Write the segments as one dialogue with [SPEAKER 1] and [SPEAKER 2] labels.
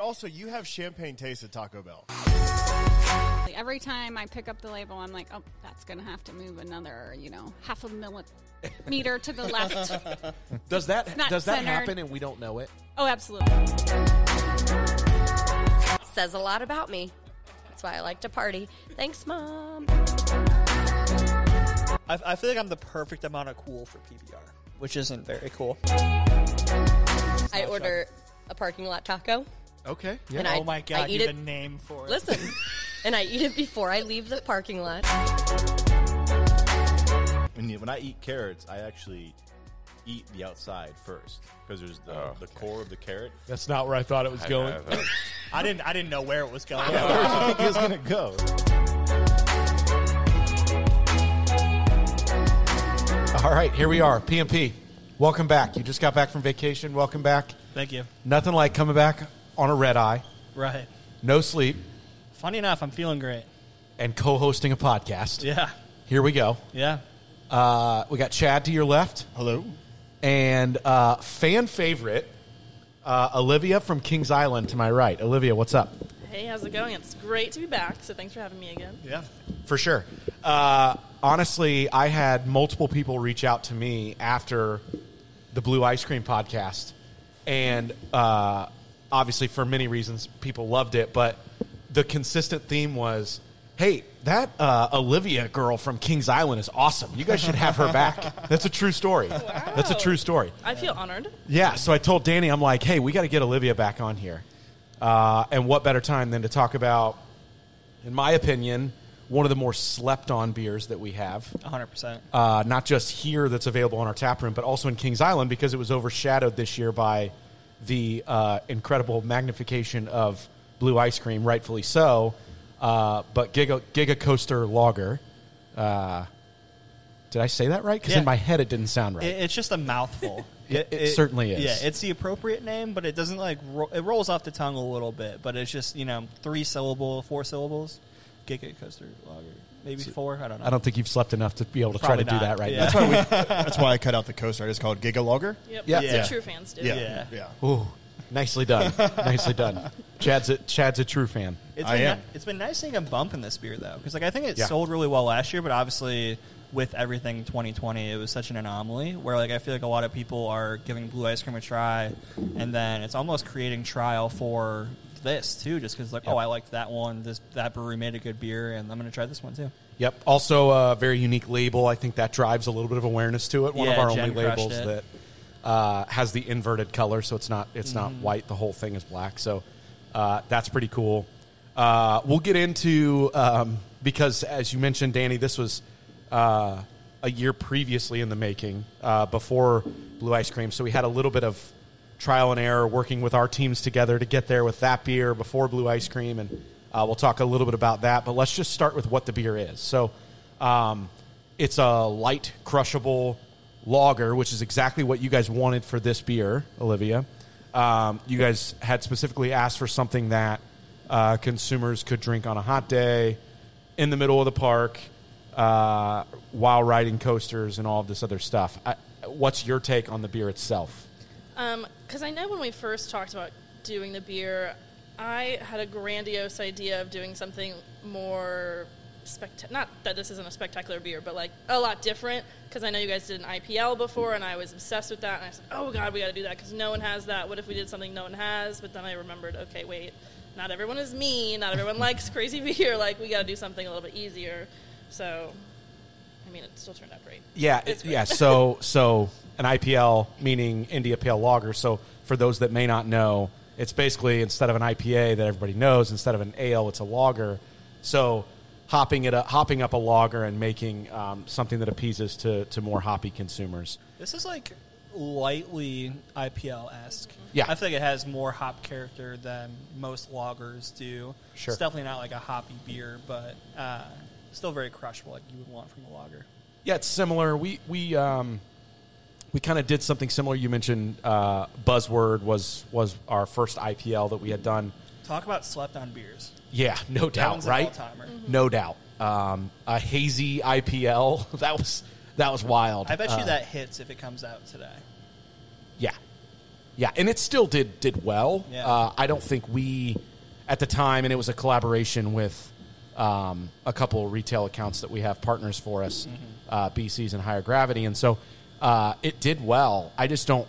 [SPEAKER 1] also, you have champagne taste at Taco Bell.
[SPEAKER 2] Like, every time I pick up the label, I'm like, oh, that's going to have to move another, you know, half a millimeter to the left.
[SPEAKER 3] Does that
[SPEAKER 2] not
[SPEAKER 3] does that
[SPEAKER 2] centered.
[SPEAKER 3] happen and we don't know it?
[SPEAKER 2] Oh, absolutely.
[SPEAKER 4] Says a lot about me. That's why I like to party. Thanks, Mom.
[SPEAKER 5] I, I feel like I'm the perfect amount of cool for PBR, which isn't very cool.
[SPEAKER 4] I order a parking lot taco.
[SPEAKER 3] Okay.
[SPEAKER 4] And
[SPEAKER 3] Yeah.
[SPEAKER 4] I-
[SPEAKER 5] oh my god,
[SPEAKER 4] eat
[SPEAKER 5] you have
[SPEAKER 4] it-
[SPEAKER 5] a name for it.
[SPEAKER 4] Listen, and I eat it before I leave the parking lot.
[SPEAKER 6] And when I eat carrots, I actually eat the outside first because there's the,
[SPEAKER 7] Oh,
[SPEAKER 6] the
[SPEAKER 7] okay.
[SPEAKER 6] core of the carrot.
[SPEAKER 1] That's not where I thought it was
[SPEAKER 7] I-
[SPEAKER 1] going.
[SPEAKER 7] I thought-
[SPEAKER 5] I didn't I didn't know where it was going.
[SPEAKER 6] I think it's gonna go.
[SPEAKER 3] All right, here we are. PMP. Welcome back. You just got back from vacation. Welcome back.
[SPEAKER 5] Thank you.
[SPEAKER 3] Nothing like coming back on a red eye,
[SPEAKER 5] Right.
[SPEAKER 3] no sleep,
[SPEAKER 5] Funny enough, I'm feeling great.
[SPEAKER 3] and co-hosting a podcast.
[SPEAKER 5] Yeah.
[SPEAKER 3] Here we go.
[SPEAKER 5] Yeah.
[SPEAKER 3] Uh, we got Chad to your left.
[SPEAKER 1] Hello?
[SPEAKER 3] and uh, fan favorite uh, Olivia from Kings Island to my right. Olivia, what's up?
[SPEAKER 8] Hey, how's it going? It's great to be back. So thanks for having me again.
[SPEAKER 5] Yeah.
[SPEAKER 3] For sure. Uh, honestly, I had multiple people reach out to me after the Blue Ice Cream podcast, and uh, obviously for many reasons, people loved it. But the consistent theme was, "Hey, that uh, Olivia girl from Kings Island is awesome. You guys should have her back. That's a true story. That's a true story."
[SPEAKER 8] I feel honored.
[SPEAKER 3] Yeah, so I told Danny, I'm like, hey, we got to get Olivia back on here. Uh, and what better time than to talk about, in my opinion, one of the more slept on beers that we have,
[SPEAKER 5] 100%.
[SPEAKER 3] uh, not just here that's available on our tap room, but also in Kings Island because it was overshadowed this year by the uh, incredible magnification of Blue Ice Cream, rightfully so. Uh, but Giga, Giga Coaster Lager. Uh, did I say that right? Because
[SPEAKER 5] Yeah.
[SPEAKER 3] in my head it didn't sound right.
[SPEAKER 5] It- it's just a mouthful.
[SPEAKER 3] It- it certainly is.
[SPEAKER 5] Yeah, it's the appropriate name, but it doesn't like ro- it rolls off the tongue a little bit. But it's just you know three syllable, four syllables. Giga coaster lager, maybe four. I don't know.
[SPEAKER 3] I don't think you've slept enough to be able to try
[SPEAKER 5] Probably
[SPEAKER 3] to do
[SPEAKER 5] not.
[SPEAKER 3] that right
[SPEAKER 5] Yeah.
[SPEAKER 3] now.
[SPEAKER 1] That's why, we, that's why I cut out the coaster. I just called Giga Logger.
[SPEAKER 8] Yep.
[SPEAKER 3] Yeah.
[SPEAKER 8] That's
[SPEAKER 5] Yeah.
[SPEAKER 8] what true fans do.
[SPEAKER 1] Yeah.
[SPEAKER 5] Yeah.
[SPEAKER 1] yeah.
[SPEAKER 3] Ooh, nicely done. nicely done. Chad's a, Chad's a true fan.
[SPEAKER 5] It's
[SPEAKER 1] I
[SPEAKER 5] been
[SPEAKER 1] am.
[SPEAKER 5] ni- it's been nice seeing a bump in this beer though, because like I think it
[SPEAKER 3] Yeah.
[SPEAKER 5] sold really well last year, but obviously with everything 2020, it was such an anomaly where like I feel like a lot of people are giving Blue Ice Cream a try, and then it's almost creating trial for this too, just because like oh I liked that one, this that brewery made a good beer, and I'm gonna try this one too.
[SPEAKER 3] Yep. Also, a very unique label. I think that drives a little bit of awareness to it. One of
[SPEAKER 5] Yeah,
[SPEAKER 3] our
[SPEAKER 5] Jen
[SPEAKER 3] only
[SPEAKER 5] crushed
[SPEAKER 3] labels
[SPEAKER 5] it.
[SPEAKER 3] that uh, has the inverted color, so it's not it's not white. The whole thing is black. So uh, that's pretty cool. Uh, we'll get into um, because as you mentioned, Danny, this was uh, a year previously in the making uh, before Blue Ice Cream. So we had a little bit of trial and error working with our teams together to get there with that beer before Blue Ice Cream, and uh, we'll talk a little bit about that. But let's just start with what the beer is. So um, it's a light, crushable lager, which is exactly what you guys wanted for this beer, Olivia. Um, you guys had specifically asked for something that uh, consumers could drink on a hot day, in the middle of the park, uh, while riding coasters and all of this other stuff. I, what's your take on the beer itself?
[SPEAKER 8] Because Um, I know when we first talked about doing the beer, I had a grandiose idea of doing something more spect. Not that this isn't a spectacular beer, but like a lot different. Because I know you guys did an IPL before, and I was obsessed with that. And I said, "Oh God, we got to do that because no one has that. What if we did something no one has?" But then I remembered, okay, wait, not everyone is me. Not everyone likes crazy beer. Like we got to do something a little bit easier. So, I mean, it still turned out great.
[SPEAKER 3] Yeah,
[SPEAKER 8] It's
[SPEAKER 3] it-
[SPEAKER 8] great.
[SPEAKER 3] yeah. So, so an IPL meaning India Pale Lager. So, for those that may not know, it's basically instead of an IPA that everybody knows, instead of an ale, it's a lager. So, hopping it, up, hopping up a lager and making um, something that appeases to to more hoppy consumers.
[SPEAKER 5] This is like lightly IPL esque.
[SPEAKER 3] Yeah.
[SPEAKER 5] I feel like it has more hop character than most lagers do.
[SPEAKER 3] Sure.
[SPEAKER 5] It's definitely not like a hoppy beer, but uh, still very crushable, like you would want from a lager.
[SPEAKER 3] Yeah, it's similar. We we um, we kind of did something similar. You mentioned uh, buzzword was was our first IPL that we had done.
[SPEAKER 5] Talk about slept on beers.
[SPEAKER 3] Yeah, no doubt,
[SPEAKER 5] one's an
[SPEAKER 3] right? Mm-hmm.
[SPEAKER 5] all-timer.
[SPEAKER 3] No doubt. Um, a hazy IPL. that was that was wild.
[SPEAKER 5] I bet
[SPEAKER 3] Uh,
[SPEAKER 5] you that hits if it comes out today.
[SPEAKER 3] Yeah, Yeah, and it still did did well.
[SPEAKER 5] Yeah.
[SPEAKER 3] Uh, I don't think we at the time, and it was a collaboration with um, a couple retail accounts that we have partners for us, uh, BC's and Higher Gravity, and so uh, it did well. I just don't.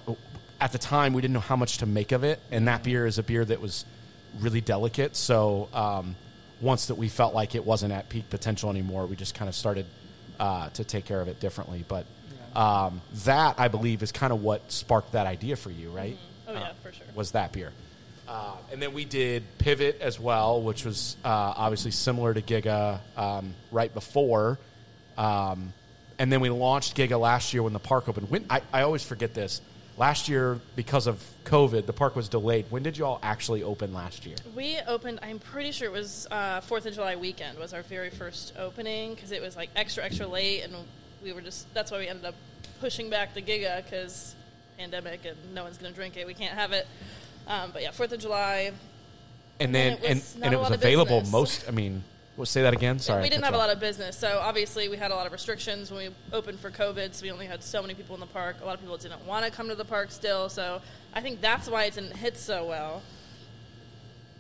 [SPEAKER 3] At the time, we didn't know how much to make of it, and that beer is a beer that was really delicate. So um, once that we felt like it wasn't at peak potential anymore, we just kind of started uh, to take care of it differently. But um, that I believe is kind of what sparked that idea for you, right?
[SPEAKER 8] Oh, yeah, for sure.
[SPEAKER 3] was that beer. Uh, and then we did Pivot as well, which was uh, obviously similar to Giga um, right before. Um, and then we launched Giga last year when the park opened. When I, I always forget this. Last year, because of COVID, the park was delayed. When did you all actually open last year?
[SPEAKER 8] We opened. I'm pretty sure it was uh, Fourth of July weekend was our very first opening because it was like extra extra late, and we were just. That's why we ended up pushing back the Giga because pandemic and no one's going to drink it. We can't have it. Um, but yeah, Fourth of July.
[SPEAKER 3] And
[SPEAKER 8] And
[SPEAKER 3] then
[SPEAKER 8] it
[SPEAKER 3] and,
[SPEAKER 8] was
[SPEAKER 3] and,
[SPEAKER 8] not a
[SPEAKER 3] it was
[SPEAKER 8] lot of
[SPEAKER 3] available
[SPEAKER 8] business.
[SPEAKER 3] most. I mean, well, say that again. Sorry,
[SPEAKER 8] we
[SPEAKER 3] I
[SPEAKER 8] didn't
[SPEAKER 3] cut
[SPEAKER 8] have a
[SPEAKER 3] you off.
[SPEAKER 8] lot of business, so obviously we had a lot of restrictions when we opened for COVID. So we only had so many people in the park. A lot of people didn't want to come to the park still. So I think that's why it didn't hit so well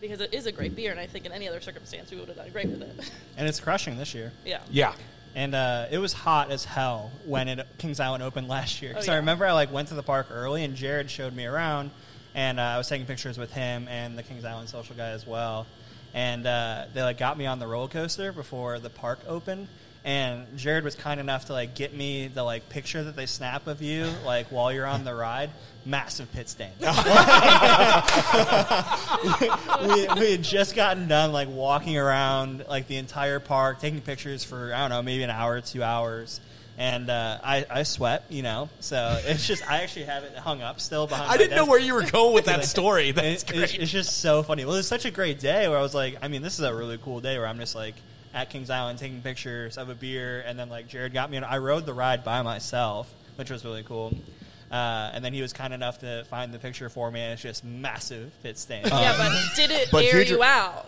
[SPEAKER 8] because it is a great beer, and I think in any other circumstance we would have done great with it.
[SPEAKER 5] and it's crushing this year.
[SPEAKER 8] yeah.
[SPEAKER 3] Yeah,
[SPEAKER 5] And uh, it was hot as hell when it Kings Island opened last year. Because
[SPEAKER 8] Oh, yeah.
[SPEAKER 5] I remember I like went to the park early, and Jared showed me around, and uh, I was taking pictures with him and the Kings Island social guy as well. And uh, they like got me on the roller coaster before the park opened. And Jared was kind enough to like get me the like picture that they snap of you like while you're on the ride. Massive pit stain. we, we had just gotten done like walking around like the entire park, taking pictures for I don't know maybe an hour, two hours, and uh, I I sweat, you know. So it's just I actually have it hung up still behind.
[SPEAKER 3] I
[SPEAKER 5] my
[SPEAKER 3] didn't know
[SPEAKER 5] desk.
[SPEAKER 3] where you were going with
[SPEAKER 5] Like,
[SPEAKER 3] that story.
[SPEAKER 5] it-
[SPEAKER 3] That's
[SPEAKER 5] it's,
[SPEAKER 3] great.
[SPEAKER 5] It's just so funny. Well, it was such a great day where I was like, I mean, this is a really cool day where I'm just like at Kings Island taking pictures of a beer, and then like Jared got me, and I rode the ride by myself, which was really cool. Uh, and then he was kind enough to find the picture for me, and it's just massive pit stain.
[SPEAKER 8] Yeah, but did it
[SPEAKER 1] Uh, But
[SPEAKER 8] air
[SPEAKER 1] future-
[SPEAKER 8] you out?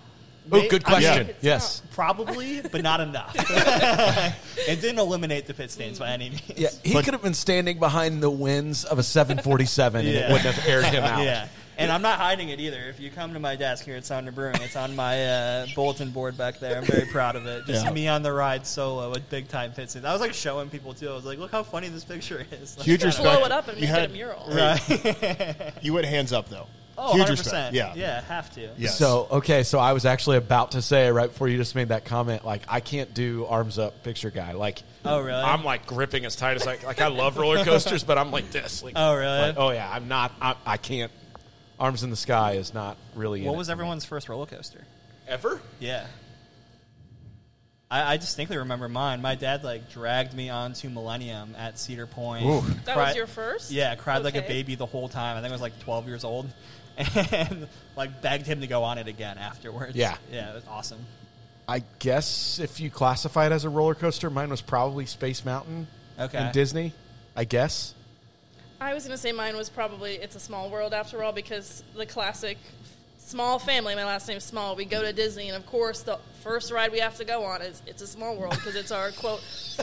[SPEAKER 3] Oh, good
[SPEAKER 5] I mean,
[SPEAKER 3] question.
[SPEAKER 8] it's
[SPEAKER 3] Yes.
[SPEAKER 5] Probably, but not enough. it didn't eliminate the pit stains by any means.
[SPEAKER 3] Yeah, he could have been standing behind the winds of a 747 and it
[SPEAKER 5] Yeah.
[SPEAKER 3] wouldn't have aired him out.
[SPEAKER 5] Yeah. And I'm not hiding it either. If you come to my desk here at Sounder Brewing, it's on my uh, bulletin board back there. I'm very proud of it. Just
[SPEAKER 1] Yeah.
[SPEAKER 5] me on the ride solo with big time pit stains. I was like showing people too. I was like, look how funny this picture is. Like,
[SPEAKER 1] Huge
[SPEAKER 5] kinda-
[SPEAKER 1] respect.
[SPEAKER 8] Blow it up and
[SPEAKER 1] You
[SPEAKER 8] make
[SPEAKER 1] had-
[SPEAKER 8] it a mural.
[SPEAKER 1] You went hands up though.
[SPEAKER 5] Oh,
[SPEAKER 1] Huge
[SPEAKER 5] 100%.
[SPEAKER 1] respect. Yeah.
[SPEAKER 5] Yeah, have to.
[SPEAKER 1] Yes.
[SPEAKER 3] So, okay, so I was actually about to say right before you just made that comment, like, I can't do arms up picture guy. Like,
[SPEAKER 5] Oh, really?
[SPEAKER 3] I'm like gripping as tight as I Like, I love roller coasters, but I'm like this. Like,
[SPEAKER 5] Oh, really?
[SPEAKER 3] like, oh, yeah, I'm not, I, I can't. Arms in the sky is not really. in
[SPEAKER 5] What
[SPEAKER 3] it
[SPEAKER 5] was
[SPEAKER 3] for me.
[SPEAKER 5] everyone's first roller coaster?
[SPEAKER 3] Ever?
[SPEAKER 5] Yeah. I, I distinctly remember mine. My dad like dragged me onto Millennium at Cedar Point.
[SPEAKER 8] That
[SPEAKER 5] Cri-
[SPEAKER 8] was your first?
[SPEAKER 5] Yeah, cried like a
[SPEAKER 8] Okay.
[SPEAKER 5] baby the whole time. I think I was like 12 years old, and like begged him to go on it again afterwards.
[SPEAKER 3] Yeah.
[SPEAKER 5] yeah, it was awesome.
[SPEAKER 3] I guess if you classify it as a roller coaster, mine was probably Space Mountain
[SPEAKER 5] Okay.
[SPEAKER 3] and Disney, I guess.
[SPEAKER 8] I was going to say mine was probably It's a Small World after all because the classic small family, my last name's Small, we go to Disney, and of course, the first ride we have to go on is It's a Small World because it's our quote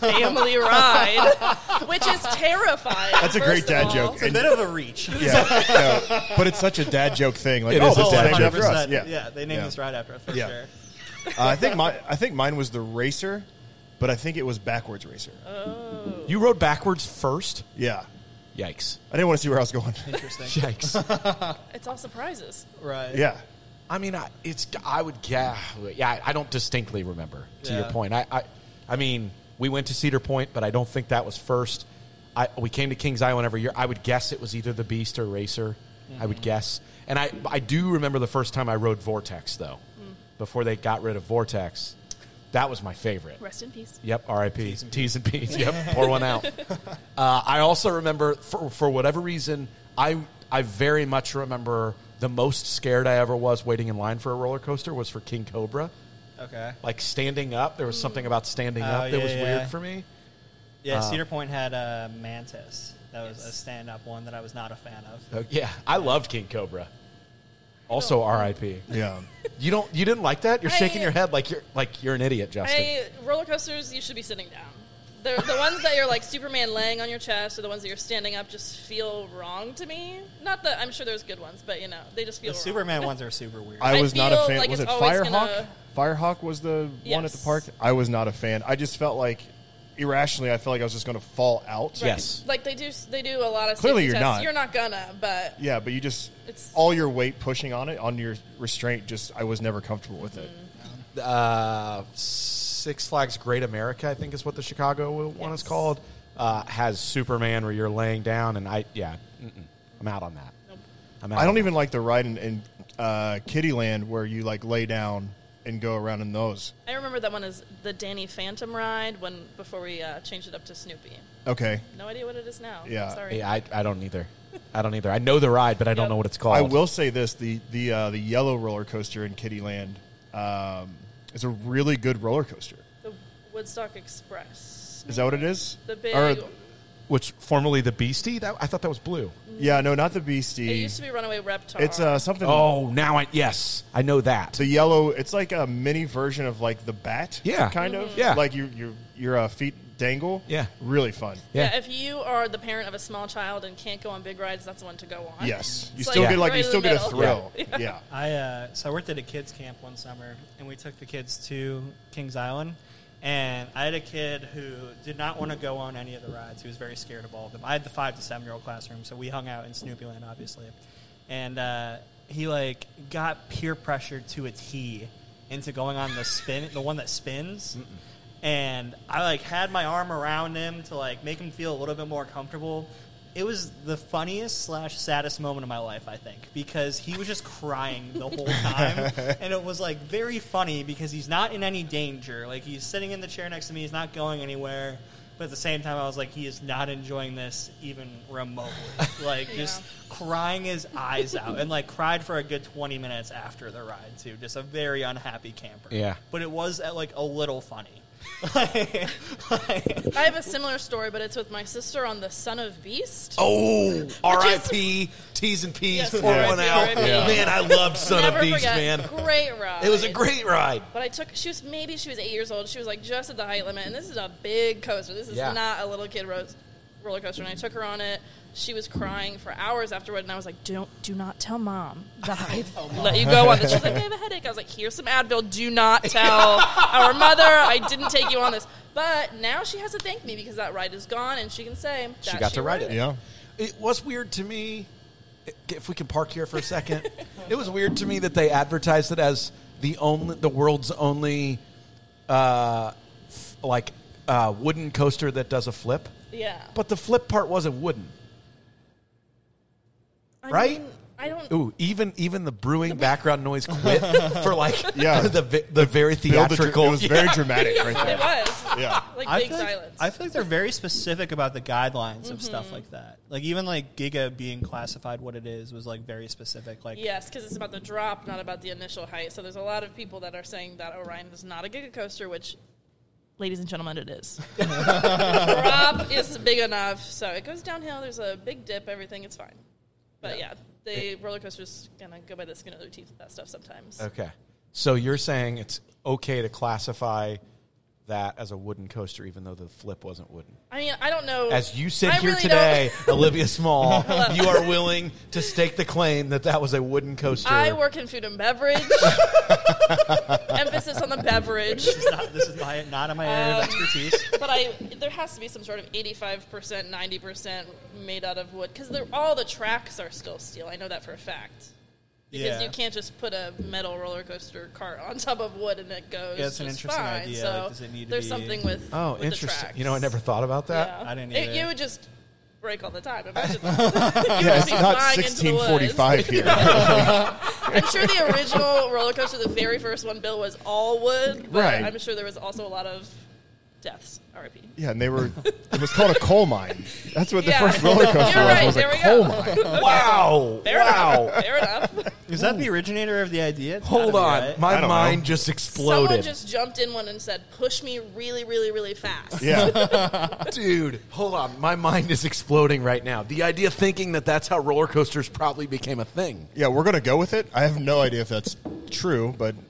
[SPEAKER 8] family ride, which is terrifying.
[SPEAKER 1] That's a great
[SPEAKER 8] first of
[SPEAKER 1] dad
[SPEAKER 8] all.
[SPEAKER 1] joke.
[SPEAKER 5] It's a bit of a reach.
[SPEAKER 1] yeah, no, but it's such a dad joke thing. Like
[SPEAKER 3] It
[SPEAKER 1] oh,
[SPEAKER 3] is a
[SPEAKER 1] it's
[SPEAKER 3] dad
[SPEAKER 1] named
[SPEAKER 3] joke.
[SPEAKER 1] after us.
[SPEAKER 5] 100%.
[SPEAKER 1] Yeah,
[SPEAKER 5] they named
[SPEAKER 1] Yeah.
[SPEAKER 5] this right after us for
[SPEAKER 1] Yeah.
[SPEAKER 5] sure.
[SPEAKER 1] Uh, I think my I think mine was the racer, but I think it was backwards racer.
[SPEAKER 3] You rode backwards first?
[SPEAKER 1] Yeah,
[SPEAKER 3] Yikes.
[SPEAKER 1] I didn't want to see where I was going.
[SPEAKER 5] Interesting,
[SPEAKER 3] Yikes.
[SPEAKER 8] It's all surprises.
[SPEAKER 5] right?
[SPEAKER 1] yeah,
[SPEAKER 3] I mean, I, it's I would yeah yeah I don't distinctly remember to your
[SPEAKER 5] Yeah.
[SPEAKER 3] point. I, I I mean we went to Cedar Point, but I don't think that was first. I we came to Kings Island every year. I would guess it was either the Beast or Racer. I would guess, and I I do remember the first time I rode Vortex though, before they got rid of Vortex. That was my favorite.
[SPEAKER 8] Rest in peace.
[SPEAKER 3] Yep, R.I.P. T's and P's. Yep, pour one out. Uh, I also remember, for, for whatever reason, I I very much remember the most scared I ever was waiting in line for a roller coaster was for King Cobra.
[SPEAKER 5] Okay.
[SPEAKER 3] Like standing up, there was something about standing
[SPEAKER 5] Oh,
[SPEAKER 3] up that
[SPEAKER 5] yeah,
[SPEAKER 3] was
[SPEAKER 5] yeah.
[SPEAKER 3] weird for me.
[SPEAKER 5] Yeah, Cedar Point had uh, Mantis. That was a stand-up one that I was not a fan of.
[SPEAKER 3] Uh, yeah, I loved King Cobra. Also, R.I.P.
[SPEAKER 1] yeah.
[SPEAKER 3] You don't you didn't like that? You're shaking
[SPEAKER 8] I-
[SPEAKER 3] your head like you're like you're an idiot, Justin.
[SPEAKER 8] I, roller coasters, you should be sitting down. The, the ones that you're like Superman laying on your chest or the ones that you're standing up just feel wrong to me. Not that I'm sure there's good ones, but you know, they just feel
[SPEAKER 5] The
[SPEAKER 8] wrong.
[SPEAKER 5] Superman ones are super weird.
[SPEAKER 1] I
[SPEAKER 8] I
[SPEAKER 1] was not a
[SPEAKER 8] feel
[SPEAKER 1] fan.
[SPEAKER 8] like
[SPEAKER 1] was it
[SPEAKER 8] it's always
[SPEAKER 1] Firehawk?
[SPEAKER 8] gonna-
[SPEAKER 1] Firehawk was the one at the
[SPEAKER 8] Yes.
[SPEAKER 1] park. I was not a fan. I just felt like irrationally, I felt like I was just going to fall out.
[SPEAKER 8] Right.
[SPEAKER 3] Yes.
[SPEAKER 8] Like they do they do a lot of
[SPEAKER 1] Clearly
[SPEAKER 8] safety
[SPEAKER 1] you're
[SPEAKER 8] tests.
[SPEAKER 1] not.
[SPEAKER 8] You're not gonna, but
[SPEAKER 1] Yeah, but you just
[SPEAKER 8] It's-
[SPEAKER 1] all your weight pushing on it on your restraint. Just I was never comfortable with it.
[SPEAKER 8] Mm-hmm.
[SPEAKER 3] uh, Six Flags Great America, I think is what the Chicago one is
[SPEAKER 8] Yes.
[SPEAKER 3] called, uh, has Superman where you're laying down, and I yeah, mm-mm, I'm out on that. I'm out
[SPEAKER 1] I
[SPEAKER 3] on
[SPEAKER 1] don't even like the ride in, in uh, Kittyland where you like lay down and go around in those.
[SPEAKER 8] I remember that one is the Danny Phantom ride when before we uh, changed it up to Snoopy.
[SPEAKER 1] Okay,
[SPEAKER 8] No idea what it is now.
[SPEAKER 1] Yeah.
[SPEAKER 3] that.
[SPEAKER 8] Sorry.
[SPEAKER 3] Yeah, I, I don't either. I don't either. I know the ride, but I don't
[SPEAKER 8] Yep.
[SPEAKER 3] know what it's called.
[SPEAKER 1] I will say this: the the uh, the yellow roller coaster in Kittyland um, is a really good roller coaster.
[SPEAKER 8] The Woodstock Express.
[SPEAKER 1] Is that what it is?
[SPEAKER 8] The big
[SPEAKER 1] Or-
[SPEAKER 3] Which formerly the Beastie? That I thought that was blue.
[SPEAKER 1] yeah, no, not the
[SPEAKER 8] it
[SPEAKER 1] Beastie.
[SPEAKER 8] used to be Runaway Reptar.
[SPEAKER 1] It's uh, something.
[SPEAKER 3] Oh, now I yes, I know that.
[SPEAKER 1] the yellow. It's like a mini version of like the bat.
[SPEAKER 3] Yeah.
[SPEAKER 1] kind of.
[SPEAKER 8] Mm-hmm.
[SPEAKER 3] Mhm. Yeah.
[SPEAKER 1] like you, you, your uh, feet dangle.
[SPEAKER 3] Yeah.
[SPEAKER 1] really fun.
[SPEAKER 8] yeah. If you are the parent of a small child and can't go on big rides, that's the one to go on.
[SPEAKER 1] Yes, you
[SPEAKER 8] It's
[SPEAKER 1] still
[SPEAKER 8] like
[SPEAKER 1] get like you
[SPEAKER 8] right
[SPEAKER 1] still
[SPEAKER 8] in the
[SPEAKER 1] get a
[SPEAKER 8] middle.
[SPEAKER 1] thrill. Yeah.
[SPEAKER 5] I uh, so I worked at a kids camp one summer, and we took the kids to Kings Island. And I had a kid who did not want to go on any of the rides. He was very scared of all of them. I had the five to seven year old classroom, so we hung out in Snoopy Land, obviously. And uh, he like got peer pressured to a T into going on the spin, the one that spins. And I like had my arm around him to like make him feel a little bit more comfortable it was the funniest slash saddest moment of my life, I think, because he was just crying the whole time, and it was like very funny because he's not in any danger. Like he's sitting in the chair next to me, he's not going anywhere. But at the same time, I was like, he is not enjoying this even remotely. Like just crying his eyes out, and like cried for a good twenty minutes after the ride too. Just a very unhappy camper.
[SPEAKER 3] Yeah.
[SPEAKER 5] but it was uh, like a little funny.
[SPEAKER 8] I have a similar story, but it's with my sister on the Son of Beast.
[SPEAKER 7] Oh, R.I.P. T's and P's
[SPEAKER 8] Yes,
[SPEAKER 7] for
[SPEAKER 8] R.I.P.,
[SPEAKER 7] one out.
[SPEAKER 8] R.I.P..
[SPEAKER 7] Man, I loved Son
[SPEAKER 8] Never
[SPEAKER 7] of Beast,
[SPEAKER 8] forget.
[SPEAKER 7] man.
[SPEAKER 8] Great ride.
[SPEAKER 7] It was a great ride.
[SPEAKER 8] But I took. She was maybe she was eight years old. She was like just at the height limit, and this is a big coaster. This is
[SPEAKER 3] Yeah.
[SPEAKER 8] not a little kid ro- roller coaster. And I took her on it. She was crying for hours afterward, and I was like, "Don't, do not tell mom that I let you go on this." She's like, "I have a headache." I was like, "Here's some Advil. Do not tell our mother I didn't take you on this." But now she has to thank me because that ride is gone, and she can say that
[SPEAKER 3] She got to ride
[SPEAKER 8] rode
[SPEAKER 3] it.
[SPEAKER 1] yeah.
[SPEAKER 7] It was weird to me. If we can park here for a second, it was weird to me that they advertised it as the only, the world's only, uh, f- like uh, wooden coaster that does a flip.
[SPEAKER 8] Yeah,
[SPEAKER 7] But the flip part wasn't wooden.
[SPEAKER 8] I
[SPEAKER 7] right?
[SPEAKER 8] mean, I don't.
[SPEAKER 7] Ooh, even even the brewing background noise quit for like
[SPEAKER 1] Yeah.
[SPEAKER 7] the the, the very
[SPEAKER 1] Build the dr-
[SPEAKER 7] theatrical.
[SPEAKER 1] it was very dramatic right
[SPEAKER 8] It
[SPEAKER 1] there.
[SPEAKER 8] was
[SPEAKER 1] Yeah.
[SPEAKER 8] like
[SPEAKER 5] I
[SPEAKER 8] big
[SPEAKER 5] feel like-
[SPEAKER 8] silence. Mm-hmm.
[SPEAKER 5] I feel like they're very specific about the guidelines of stuff like that. Like even like Giga being classified what it is was like very specific. Like
[SPEAKER 8] Yes, because it's about the drop, not about the initial height. So there's a lot of people that are saying that Orion is not a giga coaster, which, ladies and gentlemen, it is. drop is big enough, so it goes downhill. There's a big dip, everything. It's fine. But yeah, the roller coaster's gonna go by the skin of their teeth with that stuff sometimes.
[SPEAKER 7] Uh,
[SPEAKER 3] Okay, so you're saying it's okay to classify that as a wooden coaster, even though the flip wasn't wooden.
[SPEAKER 8] I mean, I don't know.
[SPEAKER 7] As you sit
[SPEAKER 8] I
[SPEAKER 7] here
[SPEAKER 8] really
[SPEAKER 7] today,
[SPEAKER 8] don't-
[SPEAKER 7] Olivia Small, you are willing to stake the claim that that was a wooden coaster.
[SPEAKER 8] I work in food and beverage. Emphasis on the beverage.
[SPEAKER 5] this is not, this is my, not in my area
[SPEAKER 8] Um,
[SPEAKER 5] of expertise.
[SPEAKER 8] but I there has to be some sort of 85%, 90% made out of wood because all the tracks are still steel. I know that for a fact. Because
[SPEAKER 5] Yeah.
[SPEAKER 8] you can't just put a metal roller coaster cart on top of wood and it goes.
[SPEAKER 5] Yeah, it's an
[SPEAKER 8] just
[SPEAKER 5] interesting
[SPEAKER 8] fine.
[SPEAKER 5] idea.
[SPEAKER 8] So
[SPEAKER 5] Like, does it need to
[SPEAKER 8] there's
[SPEAKER 5] be-
[SPEAKER 8] something with
[SPEAKER 3] Oh,
[SPEAKER 8] with The
[SPEAKER 3] interesting.
[SPEAKER 8] tracks.
[SPEAKER 3] You know, I never thought about that.
[SPEAKER 8] Yeah.
[SPEAKER 5] I didn't
[SPEAKER 8] It,
[SPEAKER 5] either.
[SPEAKER 8] you would just break all the time. Imagine that. You would just be
[SPEAKER 1] It's not
[SPEAKER 8] flying into the woods.
[SPEAKER 1] 1645 here.
[SPEAKER 8] I'm sure the original roller coaster, the very first one, Bill was all wood. But
[SPEAKER 1] Right.
[SPEAKER 8] I'm sure there was also a lot of deaths. R.I.P.
[SPEAKER 1] Yeah, and they were. It was called a coal mine. That's what the
[SPEAKER 8] Yeah.
[SPEAKER 1] first roller coaster
[SPEAKER 8] You're
[SPEAKER 1] was.
[SPEAKER 8] right,
[SPEAKER 1] was
[SPEAKER 8] there
[SPEAKER 1] a
[SPEAKER 8] we
[SPEAKER 1] coal
[SPEAKER 8] go.
[SPEAKER 1] mine.
[SPEAKER 7] wow!
[SPEAKER 8] Fair
[SPEAKER 7] wow!
[SPEAKER 8] enough. Fair enough.
[SPEAKER 5] Is that the originator of the idea? It's
[SPEAKER 7] Hold
[SPEAKER 5] gotta be,
[SPEAKER 7] on,
[SPEAKER 5] right?
[SPEAKER 1] I
[SPEAKER 7] my
[SPEAKER 1] don't
[SPEAKER 7] mind
[SPEAKER 1] know.
[SPEAKER 7] just
[SPEAKER 8] Someone
[SPEAKER 7] exploded,
[SPEAKER 8] just jumped in one and said, "Push me really, really, really fast."
[SPEAKER 1] Yeah,
[SPEAKER 7] dude. Hold on, my mind is exploding right now. The idea thinking that that's how roller coasters probably became a thing.
[SPEAKER 1] yeah, we're gonna go with it. I have no idea if that's true, but
[SPEAKER 8] We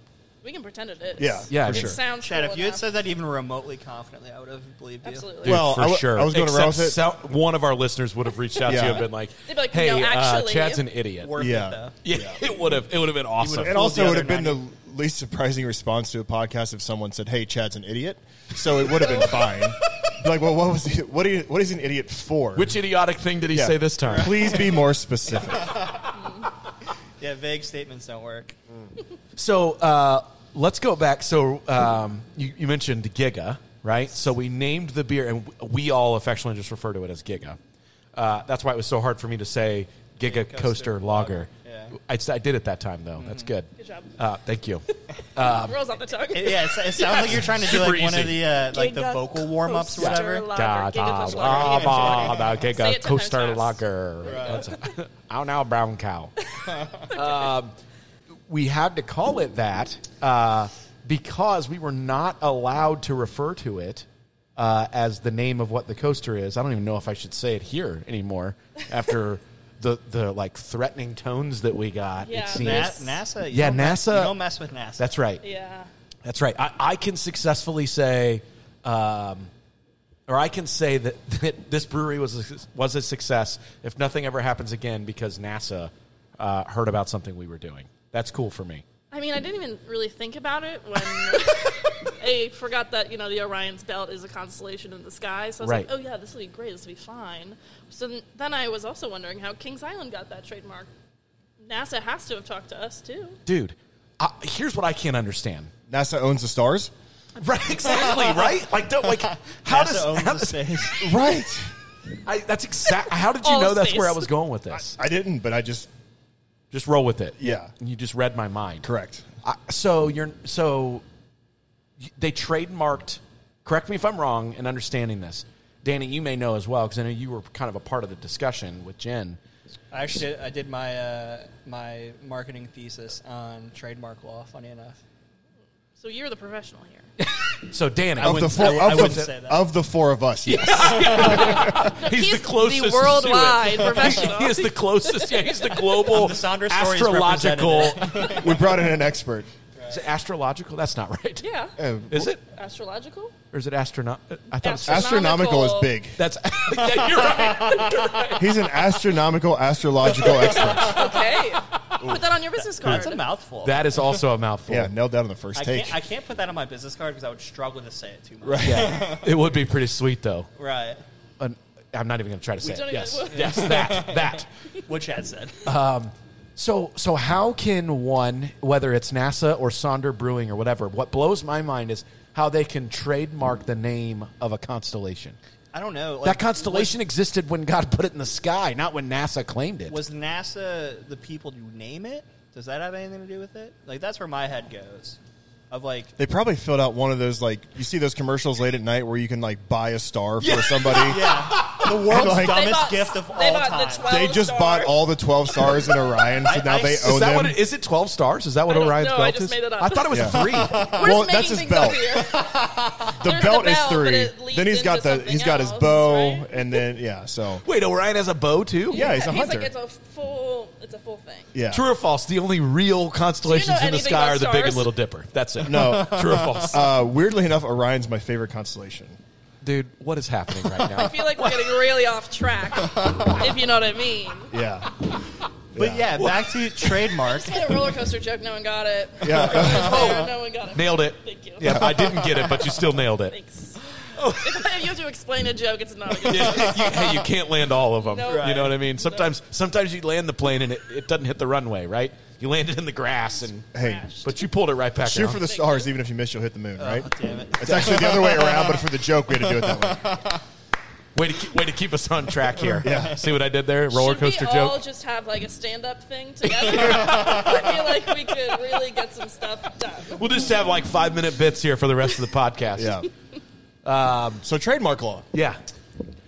[SPEAKER 8] we can pretend it is.
[SPEAKER 1] Yeah,
[SPEAKER 7] Yeah,
[SPEAKER 8] it
[SPEAKER 7] for sure.
[SPEAKER 8] sounds
[SPEAKER 5] Chad,
[SPEAKER 8] cool
[SPEAKER 5] if you had
[SPEAKER 8] enough.
[SPEAKER 5] said that even remotely confidently, I would have believed you.
[SPEAKER 8] absolutely.
[SPEAKER 3] Dude,
[SPEAKER 1] Well,
[SPEAKER 3] for
[SPEAKER 1] I wa-
[SPEAKER 3] sure.
[SPEAKER 1] I was gonna run
[SPEAKER 3] Except
[SPEAKER 1] with it.
[SPEAKER 3] so- one of our listeners would have reached out to
[SPEAKER 1] Yeah.
[SPEAKER 3] you and been like,
[SPEAKER 8] They'd be like,
[SPEAKER 3] "Hey,
[SPEAKER 8] "No,
[SPEAKER 3] uh,
[SPEAKER 8] actually."
[SPEAKER 3] Chad's an idiot."
[SPEAKER 5] Worth
[SPEAKER 1] Yeah.
[SPEAKER 5] it though.
[SPEAKER 3] yeah, it would have. It would have been awesome.
[SPEAKER 1] And
[SPEAKER 5] fooled
[SPEAKER 1] also,
[SPEAKER 5] the
[SPEAKER 1] it would
[SPEAKER 5] other
[SPEAKER 1] have been the least surprising response to a podcast if someone said, "Hey, Chad's an idiot," so it would have been fine. Like, well, what was he, what? Are you, what is an idiot for?
[SPEAKER 3] Which idiotic thing did he
[SPEAKER 1] Yeah.
[SPEAKER 3] say this time?
[SPEAKER 1] Please be more specific.
[SPEAKER 5] Yeah, vague statements don't work.
[SPEAKER 3] So uh, let's go back. So um, you, you mentioned Giga, right? So we named the beer, and w- we all affectionately just refer to it as Giga. Uh, that's why it was so hard for me to say Giga Coaster,
[SPEAKER 5] Coaster
[SPEAKER 3] Lager.
[SPEAKER 5] Lager, yeah.
[SPEAKER 3] I, I did it that time, though. That's good.
[SPEAKER 8] Mm-hmm. Good job.
[SPEAKER 3] Uh, thank you.
[SPEAKER 8] Rolls off the tongue.
[SPEAKER 5] It, yeah, it, it sounds like you're trying to do
[SPEAKER 3] super
[SPEAKER 5] like one
[SPEAKER 3] easy.
[SPEAKER 5] of the uh, like the
[SPEAKER 4] Giga
[SPEAKER 5] vocal warm ups or
[SPEAKER 8] Coaster
[SPEAKER 5] whatever.
[SPEAKER 8] Lager,
[SPEAKER 3] Da,
[SPEAKER 8] Giga
[SPEAKER 3] da,
[SPEAKER 8] Coaster
[SPEAKER 3] la,
[SPEAKER 8] Lager,
[SPEAKER 3] ba,
[SPEAKER 8] Giga Coaster Lager.
[SPEAKER 3] da,
[SPEAKER 8] Say
[SPEAKER 3] Giga
[SPEAKER 8] it ten times
[SPEAKER 3] Coaster
[SPEAKER 8] fast.
[SPEAKER 3] Lager. That's a- Ow now, brown cow. um, we had to call it that uh, because we were not allowed to refer to it uh, as the name of what the coaster is. I don't even know if I should say it here anymore after the the like threatening tones that we got.
[SPEAKER 8] Yeah.
[SPEAKER 3] It seems.
[SPEAKER 5] Na- NASA. you
[SPEAKER 3] Yeah,
[SPEAKER 5] don't mess-
[SPEAKER 3] NASA-
[SPEAKER 5] You don't mess with NASA.
[SPEAKER 3] That's right.
[SPEAKER 8] Yeah.
[SPEAKER 3] That's right. I, I can successfully say, um, or I can say that, that this brewery was a, suc- was a success if nothing ever happens again because NASA uh, heard about something we were doing. That's cool for me.
[SPEAKER 8] I mean, I didn't even really think about it when I forgot that you know the Orion's Belt is a constellation in the sky. So I was
[SPEAKER 3] Right.
[SPEAKER 8] like, oh yeah, this will be great. This will be fine. So then- then I was also wondering how Kings Island got that trademark. NASA has to have talked to us too.
[SPEAKER 3] Dude, I, here's what I can't understand.
[SPEAKER 1] NASA owns the stars,
[SPEAKER 3] Right, exactly, right? Like, don't, like, how
[SPEAKER 5] NASA
[SPEAKER 3] does,
[SPEAKER 5] owns
[SPEAKER 3] how
[SPEAKER 5] the
[SPEAKER 3] does-
[SPEAKER 5] space.
[SPEAKER 1] right?
[SPEAKER 3] I, that's exact, how did you
[SPEAKER 8] All
[SPEAKER 3] know that's
[SPEAKER 8] space.
[SPEAKER 3] where I was going with this?
[SPEAKER 1] I didn't, but I just
[SPEAKER 3] just roll with it.
[SPEAKER 1] Yeah.
[SPEAKER 3] You just read my mind.
[SPEAKER 1] correct.
[SPEAKER 3] I- so you're so y- they trademarked. Correct me if I'm wrong in understanding this, Danny. You may know as well because I know you were kind of a part of the discussion with Jen.
[SPEAKER 5] I actually did, I did my uh, my marketing thesis on trademark law. Funny enough,
[SPEAKER 8] So you're the professional here.
[SPEAKER 3] So Danny,
[SPEAKER 1] Of the
[SPEAKER 5] wouldn't-
[SPEAKER 1] four,
[SPEAKER 5] I would- I
[SPEAKER 1] of,
[SPEAKER 5] wouldn't
[SPEAKER 1] the,
[SPEAKER 5] say that.
[SPEAKER 1] of the four of us, yes.
[SPEAKER 3] he's, the closest.
[SPEAKER 4] the worldwide
[SPEAKER 3] to
[SPEAKER 4] professional.
[SPEAKER 3] it. He is the closest. Yeah, he's the global
[SPEAKER 5] the Saunders Stories
[SPEAKER 3] astrological.
[SPEAKER 1] we brought in an expert.
[SPEAKER 3] Is it astrological? That's not right.
[SPEAKER 8] yeah.
[SPEAKER 1] Uh,
[SPEAKER 3] Is it?
[SPEAKER 8] Astrological.
[SPEAKER 3] Or is it astronaut? I thought it was-
[SPEAKER 1] astronomical is
[SPEAKER 8] Astronomical.
[SPEAKER 1] big.
[SPEAKER 3] that's. yeah, you're right.
[SPEAKER 1] He's an astronomical astrological expert.
[SPEAKER 8] Okay. Put that on your business card.
[SPEAKER 5] that's a mouthful.
[SPEAKER 3] That is also a mouthful.
[SPEAKER 1] Yeah, nailed down on the first
[SPEAKER 5] I
[SPEAKER 1] take.
[SPEAKER 5] can't, I can't put that on my business card because I would struggle to say it too much.
[SPEAKER 1] Right.
[SPEAKER 3] Yeah. it would be pretty sweet though.
[SPEAKER 5] Right.
[SPEAKER 3] an- I'm not even going to try to say
[SPEAKER 8] don't
[SPEAKER 3] it.
[SPEAKER 8] even-
[SPEAKER 3] Yes, yes, that, that.
[SPEAKER 5] What Chad said.
[SPEAKER 3] So, so how can one, whether it's NASA or Sonder Brewing or whatever, what blows my mind is how they can trademark the name of a constellation.
[SPEAKER 5] I don't know.
[SPEAKER 3] that
[SPEAKER 5] like,
[SPEAKER 3] constellation existed when God put it in the sky, not when NASA claimed it.
[SPEAKER 5] Was NASA the people to name it? Does that have anything to do with it? Like that's where my head goes. Of like,
[SPEAKER 1] They probably filled out one of those like you see those commercials late at night where you can like buy a star for somebody.
[SPEAKER 5] yeah, the world's
[SPEAKER 1] Like- They
[SPEAKER 5] dumbest
[SPEAKER 8] bought-
[SPEAKER 5] gift of
[SPEAKER 8] they
[SPEAKER 5] all
[SPEAKER 8] bought the
[SPEAKER 5] time.
[SPEAKER 8] 12
[SPEAKER 1] They just
[SPEAKER 8] stars.
[SPEAKER 1] bought all the twelve stars in Orion, so
[SPEAKER 5] I-
[SPEAKER 1] now
[SPEAKER 5] I-
[SPEAKER 1] they
[SPEAKER 5] is
[SPEAKER 1] own
[SPEAKER 3] is that
[SPEAKER 1] them.
[SPEAKER 3] what it, is it? Twelve stars? Is that what
[SPEAKER 8] I don't
[SPEAKER 3] Orion's
[SPEAKER 8] know, I
[SPEAKER 3] belt
[SPEAKER 8] just
[SPEAKER 3] is?
[SPEAKER 8] made it up.
[SPEAKER 3] I thought it was
[SPEAKER 1] Yeah.
[SPEAKER 3] three.
[SPEAKER 8] We're
[SPEAKER 1] Well,
[SPEAKER 8] just making
[SPEAKER 1] that's his
[SPEAKER 8] things up
[SPEAKER 1] belt.
[SPEAKER 8] here.
[SPEAKER 1] the
[SPEAKER 8] There's the
[SPEAKER 1] belt
[SPEAKER 8] belt, but
[SPEAKER 1] is
[SPEAKER 8] it
[SPEAKER 1] three.
[SPEAKER 8] leads
[SPEAKER 1] Then he's got
[SPEAKER 8] into
[SPEAKER 1] the
[SPEAKER 8] something
[SPEAKER 1] he's got his
[SPEAKER 8] else,
[SPEAKER 1] bow,
[SPEAKER 8] right?
[SPEAKER 1] and then yeah. So
[SPEAKER 3] Wait, Orion has a bow too.
[SPEAKER 1] yeah, he's a
[SPEAKER 8] he's
[SPEAKER 1] hunter.
[SPEAKER 8] like it's a full. It's a full thing.
[SPEAKER 1] yeah,
[SPEAKER 3] True or false? The only real constellations in the
[SPEAKER 8] anything
[SPEAKER 3] sky
[SPEAKER 8] about
[SPEAKER 3] are the Big and
[SPEAKER 8] stars?
[SPEAKER 3] Little Dipper. That's it.
[SPEAKER 1] No.
[SPEAKER 3] True or false?
[SPEAKER 1] Uh, weirdly enough, Orion's my favorite constellation.
[SPEAKER 3] Dude, what is happening right now?
[SPEAKER 8] I feel like we're getting really off track, if you know what I mean.
[SPEAKER 1] Yeah,
[SPEAKER 5] But yeah, back to trademark.
[SPEAKER 8] Just made a roller coaster joke. No one got it.
[SPEAKER 1] yeah.
[SPEAKER 8] Oh, no one got it.
[SPEAKER 3] Nailed it.
[SPEAKER 8] Thank you.
[SPEAKER 3] Yeah, I didn't get it, but you still nailed it.
[SPEAKER 8] Thanks. If, if you have to explain a joke, it's not a good joke.
[SPEAKER 3] you, hey, you can't land all of them.
[SPEAKER 8] No.
[SPEAKER 3] You
[SPEAKER 8] Right.
[SPEAKER 3] know what I mean? Sometimes, sometimes you land the plane and it, it doesn't hit the runway, right? You land it in the grass, and
[SPEAKER 1] hey,
[SPEAKER 3] but you pulled it right back.
[SPEAKER 1] shoot
[SPEAKER 3] out.
[SPEAKER 1] for the stars. Even if you miss, you'll hit the moon. Right?
[SPEAKER 5] Damn it.
[SPEAKER 1] It's actually the other way around, but for the joke, we had to do it that way.
[SPEAKER 3] way to keep, way to keep us on track here.
[SPEAKER 1] Yeah.
[SPEAKER 3] See what I did there? Roller
[SPEAKER 8] Should
[SPEAKER 3] coaster
[SPEAKER 8] we all
[SPEAKER 3] joke.
[SPEAKER 8] just have like a stand-up thing together? I feel like we could really get some stuff done.
[SPEAKER 3] We'll just have like five minute bits here for the rest of the podcast.
[SPEAKER 1] Yeah. so trademark law.
[SPEAKER 3] Yeah.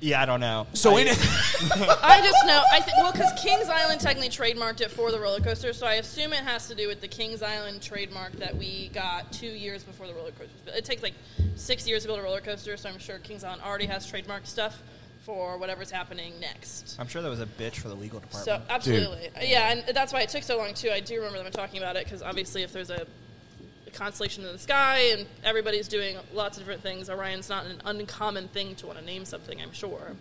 [SPEAKER 5] Yeah, I don't know.
[SPEAKER 3] So
[SPEAKER 5] I,
[SPEAKER 3] in
[SPEAKER 8] I just know. I think well, because Kings Island technically trademarked it for the roller coaster, so I assume it has to do with the Kings Island trademark that we got two years before the roller coaster. was built. It takes like six years to build a roller coaster, so I'm sure Kings Island already has trademark stuff for whatever's happening next.
[SPEAKER 5] I'm sure that was a bitch for the legal department.
[SPEAKER 8] So absolutely, yeah, and that's why it took so long too. I do remember them talking about it because obviously, if there's a constellation in the sky, and everybody's doing lots of different things. Orion's not an uncommon thing to want to name something, I'm sure.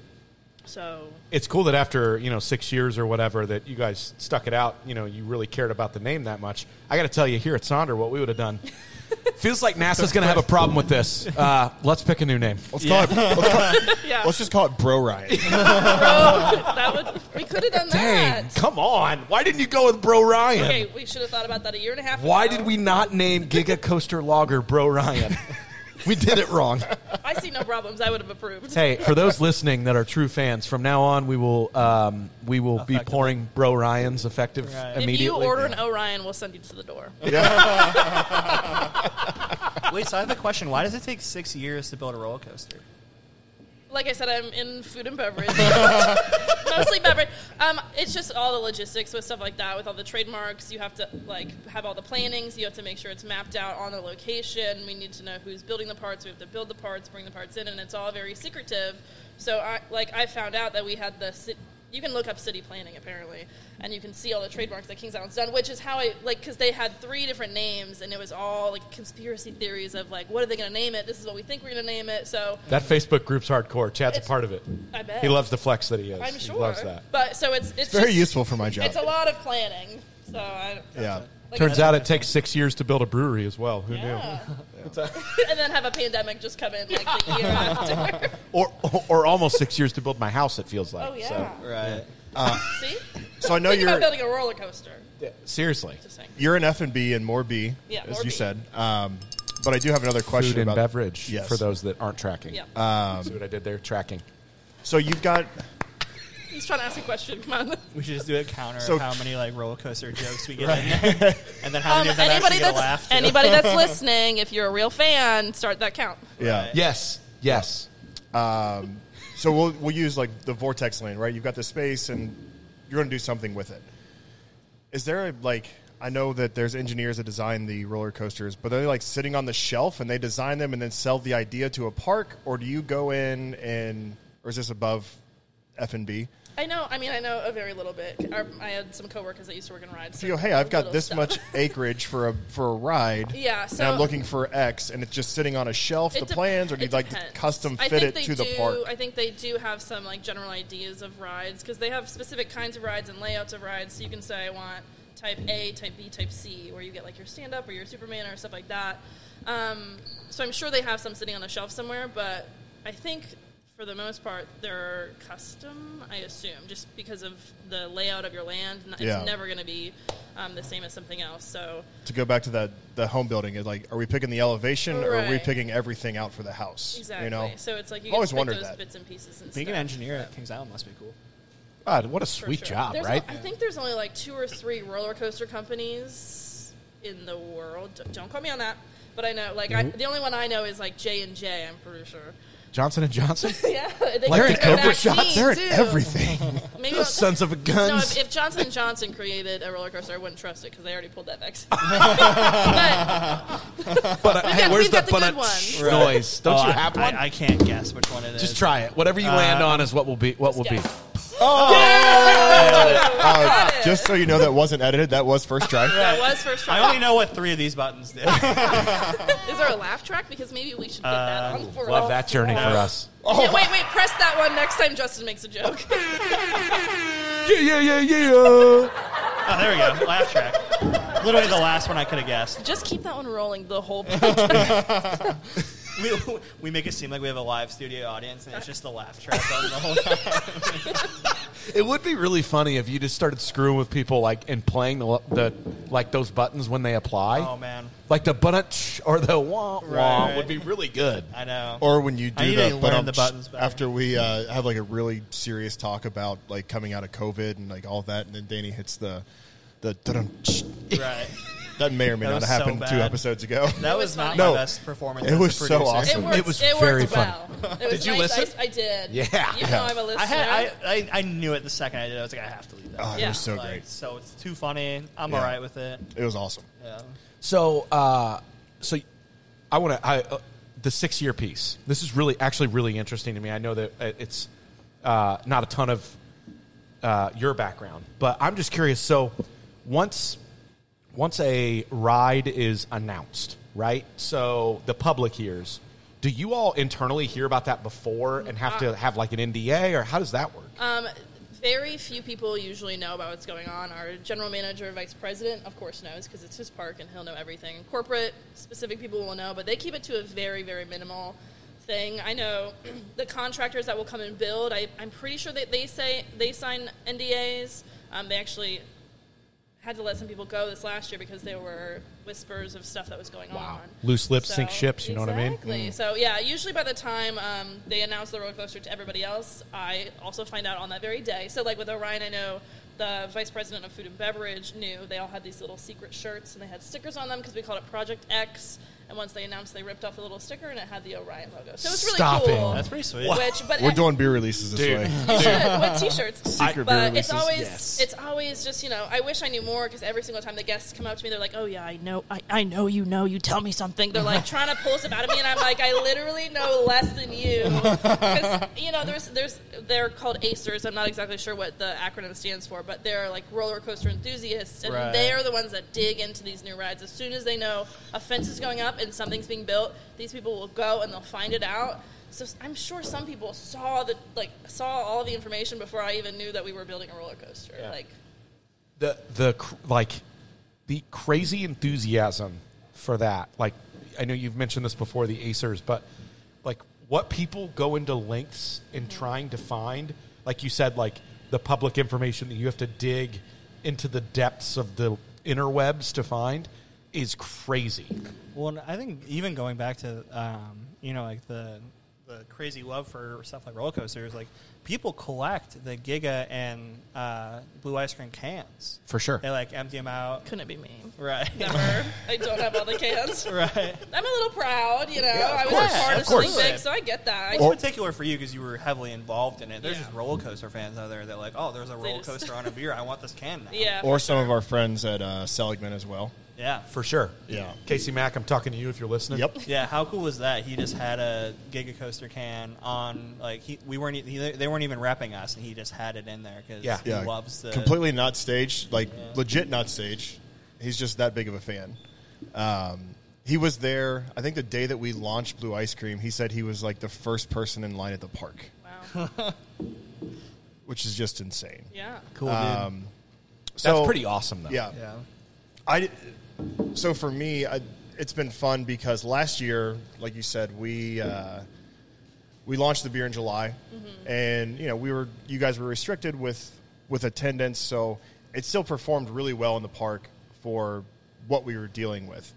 [SPEAKER 8] So
[SPEAKER 3] it's cool that after you know six years or whatever that you guys stuck it out. You know, you really cared about the name that much. I got to tell you, here at Sonder, what we would have done. Feels like NASA's going to have a problem with this. Uh, let's pick a new name.
[SPEAKER 8] Uh,
[SPEAKER 1] Let's call it. Let's, call it
[SPEAKER 8] yeah,
[SPEAKER 1] let's just call it Bro Ryan.
[SPEAKER 8] that would we could have done
[SPEAKER 3] Dang,
[SPEAKER 8] that.
[SPEAKER 3] Oh, come on! Why didn't you go with Bro Ryan?
[SPEAKER 8] Okay, we should have thought about that a year and a half.
[SPEAKER 3] Why
[SPEAKER 8] ago.
[SPEAKER 3] did we not name Giga Coaster Logger Bro Ryan? we did it wrong.
[SPEAKER 8] I see no problems. I would have approved.
[SPEAKER 7] Hey, for those listening that are true fans, from now on we will
[SPEAKER 3] uh,
[SPEAKER 7] um, we will be
[SPEAKER 5] Effectively.
[SPEAKER 7] pouring Bro Ryan's effective
[SPEAKER 5] Right.
[SPEAKER 8] If you
[SPEAKER 7] immediately.
[SPEAKER 8] order an Orion, we'll send you to the door.
[SPEAKER 5] Wait, so I have a question. Why does it take six years to build a roller coaster?
[SPEAKER 8] Like I said, I'm in food and beverage, mostly beverage. Um, it's just all the logistics with stuff like that, with all the trademarks. You have to like have all the plannings. You have to make sure it's mapped out on the location. We need to know who's building the parts. We have to build the parts, bring the parts in, and it's all very secretive. So, I, like, I found out that we had the. ci- You can look up city planning apparently, and you can see all the trademarks that Kings Island's done, which is how I like because they had three different names, and it was all like conspiracy theories of like, what are they going to name it? This is what we think we're going to name it. So
[SPEAKER 3] That Facebook group's hardcore. Chad's a
[SPEAKER 8] It's-
[SPEAKER 3] part of it.
[SPEAKER 8] I bet.
[SPEAKER 3] He loves the flex that he is.
[SPEAKER 8] I'm sure.
[SPEAKER 3] He loves that.
[SPEAKER 8] But so it's it's,
[SPEAKER 1] Very
[SPEAKER 8] just-
[SPEAKER 1] useful for my job.
[SPEAKER 8] It's a lot of planning. So I
[SPEAKER 1] yeah.
[SPEAKER 8] like,
[SPEAKER 3] Turns
[SPEAKER 8] it's-
[SPEAKER 3] out it takes six years to build a brewery as well. Who
[SPEAKER 8] Yeah. and then have a pandemic just come in like the year after.
[SPEAKER 3] knew? Or, or almost six years to build my house. It feels like.
[SPEAKER 8] Oh yeah.
[SPEAKER 5] Right.
[SPEAKER 8] See.
[SPEAKER 1] So I know
[SPEAKER 8] Think about
[SPEAKER 1] you're
[SPEAKER 8] building a roller coaster.
[SPEAKER 3] So. Seriously.
[SPEAKER 8] Just saying.
[SPEAKER 1] you're an F and B and more B,
[SPEAKER 8] Yeah,
[SPEAKER 1] as
[SPEAKER 8] more
[SPEAKER 1] you
[SPEAKER 8] B.
[SPEAKER 1] said. Um, but I do have another question
[SPEAKER 3] Food and
[SPEAKER 1] about
[SPEAKER 3] beverage
[SPEAKER 1] Yes.
[SPEAKER 3] for those that aren't tracking. Um,
[SPEAKER 8] Yeah.
[SPEAKER 1] Uh,
[SPEAKER 3] See what I did there? Tracking.
[SPEAKER 1] So you've got
[SPEAKER 8] He's trying to ask a question. Come on.
[SPEAKER 5] We should just do a counter
[SPEAKER 1] So-
[SPEAKER 5] of how many like roller coaster jokes we get in there, and then how
[SPEAKER 8] Um,
[SPEAKER 5] many of them
[SPEAKER 8] anybody
[SPEAKER 5] actually get a
[SPEAKER 8] that's
[SPEAKER 5] laugh. too.
[SPEAKER 8] anybody that's listening, if you're a real fan, start that count.
[SPEAKER 1] yeah.
[SPEAKER 7] Yes, yes.
[SPEAKER 1] So we'll we'll use like the vortex lane, right? You've got the space, and you're going to do something with it. Is there a like? I know that there's engineers that design the roller coasters, but they're like sitting on the shelf and they design them and then sell the idea to a park, or do you go in and or is this above F and B?
[SPEAKER 8] I know. I mean, I know a very little bit. Our, I had some coworkers that used to work in rides.
[SPEAKER 1] So
[SPEAKER 8] So
[SPEAKER 1] you go, hey, I've got
[SPEAKER 8] little
[SPEAKER 1] this
[SPEAKER 8] stuff.
[SPEAKER 1] much acreage for a for a ride,
[SPEAKER 8] Yeah,
[SPEAKER 1] and
[SPEAKER 8] so-
[SPEAKER 1] I'm looking for X, and it's just sitting on a shelf. the
[SPEAKER 8] It dep-
[SPEAKER 1] plans, or do you
[SPEAKER 8] it
[SPEAKER 1] like
[SPEAKER 8] depends.
[SPEAKER 1] custom
[SPEAKER 8] I
[SPEAKER 1] fit it
[SPEAKER 8] think they
[SPEAKER 1] to the
[SPEAKER 8] do-
[SPEAKER 1] park?
[SPEAKER 8] I think they do have some like general ideas of rides because they have specific kinds of rides and layouts of rides. So you can say I want type A, type B, type C, where you get like your stand up or your Superman or stuff like that. Um, so I'm sure they have some sitting on a shelf somewhere, but I think for the most part they're custom. I assume just because of the layout of your land, N- it's
[SPEAKER 1] Yeah.
[SPEAKER 8] never going to be um, the same as something else. So
[SPEAKER 1] to go back to that the home building is like are we picking the elevation or are we
[SPEAKER 8] Right.
[SPEAKER 1] picking everything out for the house
[SPEAKER 8] exactly.
[SPEAKER 1] you know
[SPEAKER 8] So it's like you
[SPEAKER 1] I've
[SPEAKER 8] get
[SPEAKER 1] always
[SPEAKER 8] to pick
[SPEAKER 1] wondered
[SPEAKER 8] those
[SPEAKER 1] that.
[SPEAKER 8] bits and pieces. And
[SPEAKER 5] Being
[SPEAKER 8] stuff.
[SPEAKER 5] an engineer at Kings Island must be cool.
[SPEAKER 3] God, what a
[SPEAKER 8] For
[SPEAKER 3] sweet
[SPEAKER 8] sure.
[SPEAKER 3] job,
[SPEAKER 8] There's
[SPEAKER 3] right?
[SPEAKER 8] o- I think there's only like two or three roller coaster companies in the world. D- Don't quote me on that, but I know like I, the only one I know is like J and J. I'm pretty sure.
[SPEAKER 3] Johnson and Johnson.
[SPEAKER 8] Yeah, they
[SPEAKER 3] They're in
[SPEAKER 8] created a
[SPEAKER 3] every
[SPEAKER 8] vaccine,
[SPEAKER 3] shot. They're in
[SPEAKER 8] too.
[SPEAKER 1] everything
[SPEAKER 8] Maybe
[SPEAKER 3] Those sons of a
[SPEAKER 8] No,
[SPEAKER 3] guns.
[SPEAKER 8] if, if Johnson and Johnson created a roller coaster, I wouldn't trust it because they already pulled that vaccine. but
[SPEAKER 7] But uh,
[SPEAKER 8] We've
[SPEAKER 7] hey,
[SPEAKER 8] got-
[SPEAKER 7] where's
[SPEAKER 8] we've got
[SPEAKER 7] that
[SPEAKER 8] the good
[SPEAKER 7] bunch noise? Don't
[SPEAKER 5] Oh,
[SPEAKER 7] you
[SPEAKER 5] I-
[SPEAKER 7] have one?
[SPEAKER 5] I, I can't guess which one it is.
[SPEAKER 7] Just try it. Whatever you land on is what will be. What will be.
[SPEAKER 8] guess.
[SPEAKER 1] uh, just so you know that wasn't edited that was first try
[SPEAKER 8] that was first try.
[SPEAKER 5] I only know what three of these buttons Oh, did.
[SPEAKER 8] Is there a laugh track? Because maybe we should get
[SPEAKER 5] Uh,
[SPEAKER 8] that on for
[SPEAKER 7] Love
[SPEAKER 8] us.
[SPEAKER 7] that journey for us.
[SPEAKER 3] Oh.
[SPEAKER 8] Yeah, wait, wait, press that one next time Justin makes a joke.
[SPEAKER 7] Yeah, yeah, yeah, yeah.
[SPEAKER 5] oh, there we go. Laugh track. Literally the last one I could have guessed.
[SPEAKER 8] Just keep that one rolling the whole
[SPEAKER 5] We, we make it seem like we have a live studio audience, and it's just the laugh track on the whole time.
[SPEAKER 7] It would be really funny if you just started screwing with people like and playing the, the like those buttons when they apply.
[SPEAKER 5] Oh man,
[SPEAKER 7] Like the bunch or the wah wah
[SPEAKER 5] Right, right.
[SPEAKER 7] would be really good.
[SPEAKER 5] I know.
[SPEAKER 1] or when you
[SPEAKER 5] I
[SPEAKER 1] do
[SPEAKER 5] need
[SPEAKER 1] the,
[SPEAKER 5] to learn
[SPEAKER 1] but
[SPEAKER 5] the buttons better.
[SPEAKER 1] after we uh, have like a really serious talk about like coming out of covid and like all that and then danny hits the the da-dum-tsh.
[SPEAKER 5] right.
[SPEAKER 1] that may or may
[SPEAKER 5] That
[SPEAKER 1] not
[SPEAKER 5] was
[SPEAKER 1] have
[SPEAKER 5] so
[SPEAKER 1] happened two
[SPEAKER 5] bad.
[SPEAKER 1] episodes ago
[SPEAKER 5] That
[SPEAKER 8] was
[SPEAKER 5] was not
[SPEAKER 1] funny.
[SPEAKER 5] my
[SPEAKER 1] No.
[SPEAKER 5] best performance.
[SPEAKER 1] It
[SPEAKER 5] as
[SPEAKER 1] was
[SPEAKER 5] a
[SPEAKER 1] so
[SPEAKER 5] producer.
[SPEAKER 1] awesome.
[SPEAKER 8] It worked,
[SPEAKER 7] It was
[SPEAKER 8] it worked
[SPEAKER 7] very
[SPEAKER 8] well. It was
[SPEAKER 7] Did you
[SPEAKER 8] nice.
[SPEAKER 7] listen?
[SPEAKER 8] I, I did.
[SPEAKER 7] Yeah.
[SPEAKER 8] You know I'm a listener.
[SPEAKER 5] I, had, I, I I knew it the second I did. it. I was like, I have to leave that.
[SPEAKER 1] oh, it
[SPEAKER 8] Yeah.
[SPEAKER 1] was so
[SPEAKER 5] Like,
[SPEAKER 1] great
[SPEAKER 5] So it's too funny. I'm
[SPEAKER 1] Yeah.
[SPEAKER 5] all right with it.
[SPEAKER 1] it was awesome
[SPEAKER 5] Yeah.
[SPEAKER 7] So, uh, so I want to. I, uh, the six year piece. This is really, actually, really interesting to me. I know that uh, it's uh, not a ton of uh, your background, but I'm just curious. So, once once a ride is announced,
[SPEAKER 3] right? So the public hears. Do you all internally hear about that before and have to have like an NDA or how does that work?
[SPEAKER 8] Um, very few people usually know about what's going on. Our general manager, vice president, of course, knows because it's his park and he'll know everything. Corporate specific people will know, but they keep it to a very, very minimal thing. I know the contractors that will come and build. I, I'm pretty sure that they say they sign NDAs. Um, they actually had to let some people go this last year because there were whispers of stuff that was going on.
[SPEAKER 3] Loose lips sink ships, you know what I mean? Mm.
[SPEAKER 8] Exactly. So yeah, usually by the time um, they announce the roller coaster to everybody else, I also find out on that very day. So like with Orion, I know the vice president of food and beverage knew they all had these little secret shirts and they had stickers on them because we called it Project X. And once they announced, they ripped off a little sticker and it had the Orion logo. So it was really
[SPEAKER 3] Stop it.
[SPEAKER 8] cool.
[SPEAKER 5] That's pretty sweet.
[SPEAKER 8] Which, but
[SPEAKER 1] We're doing beer releases this way.
[SPEAKER 8] you should with t-shirts.
[SPEAKER 1] Secret beer
[SPEAKER 8] but
[SPEAKER 1] releases,
[SPEAKER 8] it's always
[SPEAKER 1] yes.
[SPEAKER 8] it's always just you know I wish I knew more because every single time the guests come up to me they're like oh yeah I know I, I know you know you tell me something they're like trying to pull stuff out of me and I'm like I literally know less than you 'Cause, you know there's there's they're called acers I'm not exactly sure what the acronym stands for but they're like roller coaster enthusiasts and
[SPEAKER 5] Right.
[SPEAKER 8] they're the ones that dig into these new rides as soon as they know a fence is going up and something's being built these people will go and they'll find it out so s- I'm sure some people saw the like saw all the information before I even knew that we were building a roller coaster. Like
[SPEAKER 3] the the cr- like the crazy enthusiasm for that. Like I know you've mentioned this before, the Acers, but like what people go into lengths in trying to find, like you said, like the public information that you have to dig into the depths of the interwebs to find is crazy.
[SPEAKER 5] Well, and I think even going back to um, you know like the the crazy love for stuff like roller coasters, like people collect the Giga and uh, blue ice cream cans
[SPEAKER 3] For sure.
[SPEAKER 5] They like empty them out,
[SPEAKER 8] couldn't it be me?
[SPEAKER 5] right?
[SPEAKER 8] Never. I don't have all the cans.
[SPEAKER 5] right.
[SPEAKER 8] I'm a little proud, you know.
[SPEAKER 5] of
[SPEAKER 8] I
[SPEAKER 5] course.
[SPEAKER 8] was a part
[SPEAKER 5] Yeah,
[SPEAKER 8] of,
[SPEAKER 5] of
[SPEAKER 8] something
[SPEAKER 5] course.
[SPEAKER 8] big, so I get that.
[SPEAKER 5] It's particular for you because you were heavily involved in it. There's
[SPEAKER 8] Yeah.
[SPEAKER 5] just roller coaster fans out there that like, oh, there's a roller
[SPEAKER 8] just-
[SPEAKER 5] coaster on a beer. I want this can now.
[SPEAKER 8] yeah.
[SPEAKER 1] Or some of our friends at uh, Seligman as well.
[SPEAKER 5] yeah.
[SPEAKER 3] For sure.
[SPEAKER 1] Yeah.
[SPEAKER 3] Casey Mack, I'm talking to you if you're listening.
[SPEAKER 1] Yep.
[SPEAKER 5] Yeah, how cool was that? He just had a Giga Coaster can on, like he we weren't e- he, they weren't even wrapping us, and he just had it in there because
[SPEAKER 3] Yeah.
[SPEAKER 5] he
[SPEAKER 1] Yeah.
[SPEAKER 5] loves the
[SPEAKER 1] completely not staged, like legit not staged. He's just that big of a fan. Um, he was there. I think the day that we launched Blue Ice Cream, he said he was like the first person in line at the park,
[SPEAKER 8] Wow.
[SPEAKER 1] which is just insane.
[SPEAKER 8] Yeah.
[SPEAKER 5] cool
[SPEAKER 1] Um,
[SPEAKER 3] That's
[SPEAKER 1] so-
[SPEAKER 3] pretty awesome though.
[SPEAKER 1] Yeah.
[SPEAKER 5] dude. Yeah,
[SPEAKER 1] I so for me, I, it's been fun because last year, like you said, we uh, we launched the beer in July, and you know we were you guys were restricted with with attendance, so it still performed really well in the park for what we were dealing with.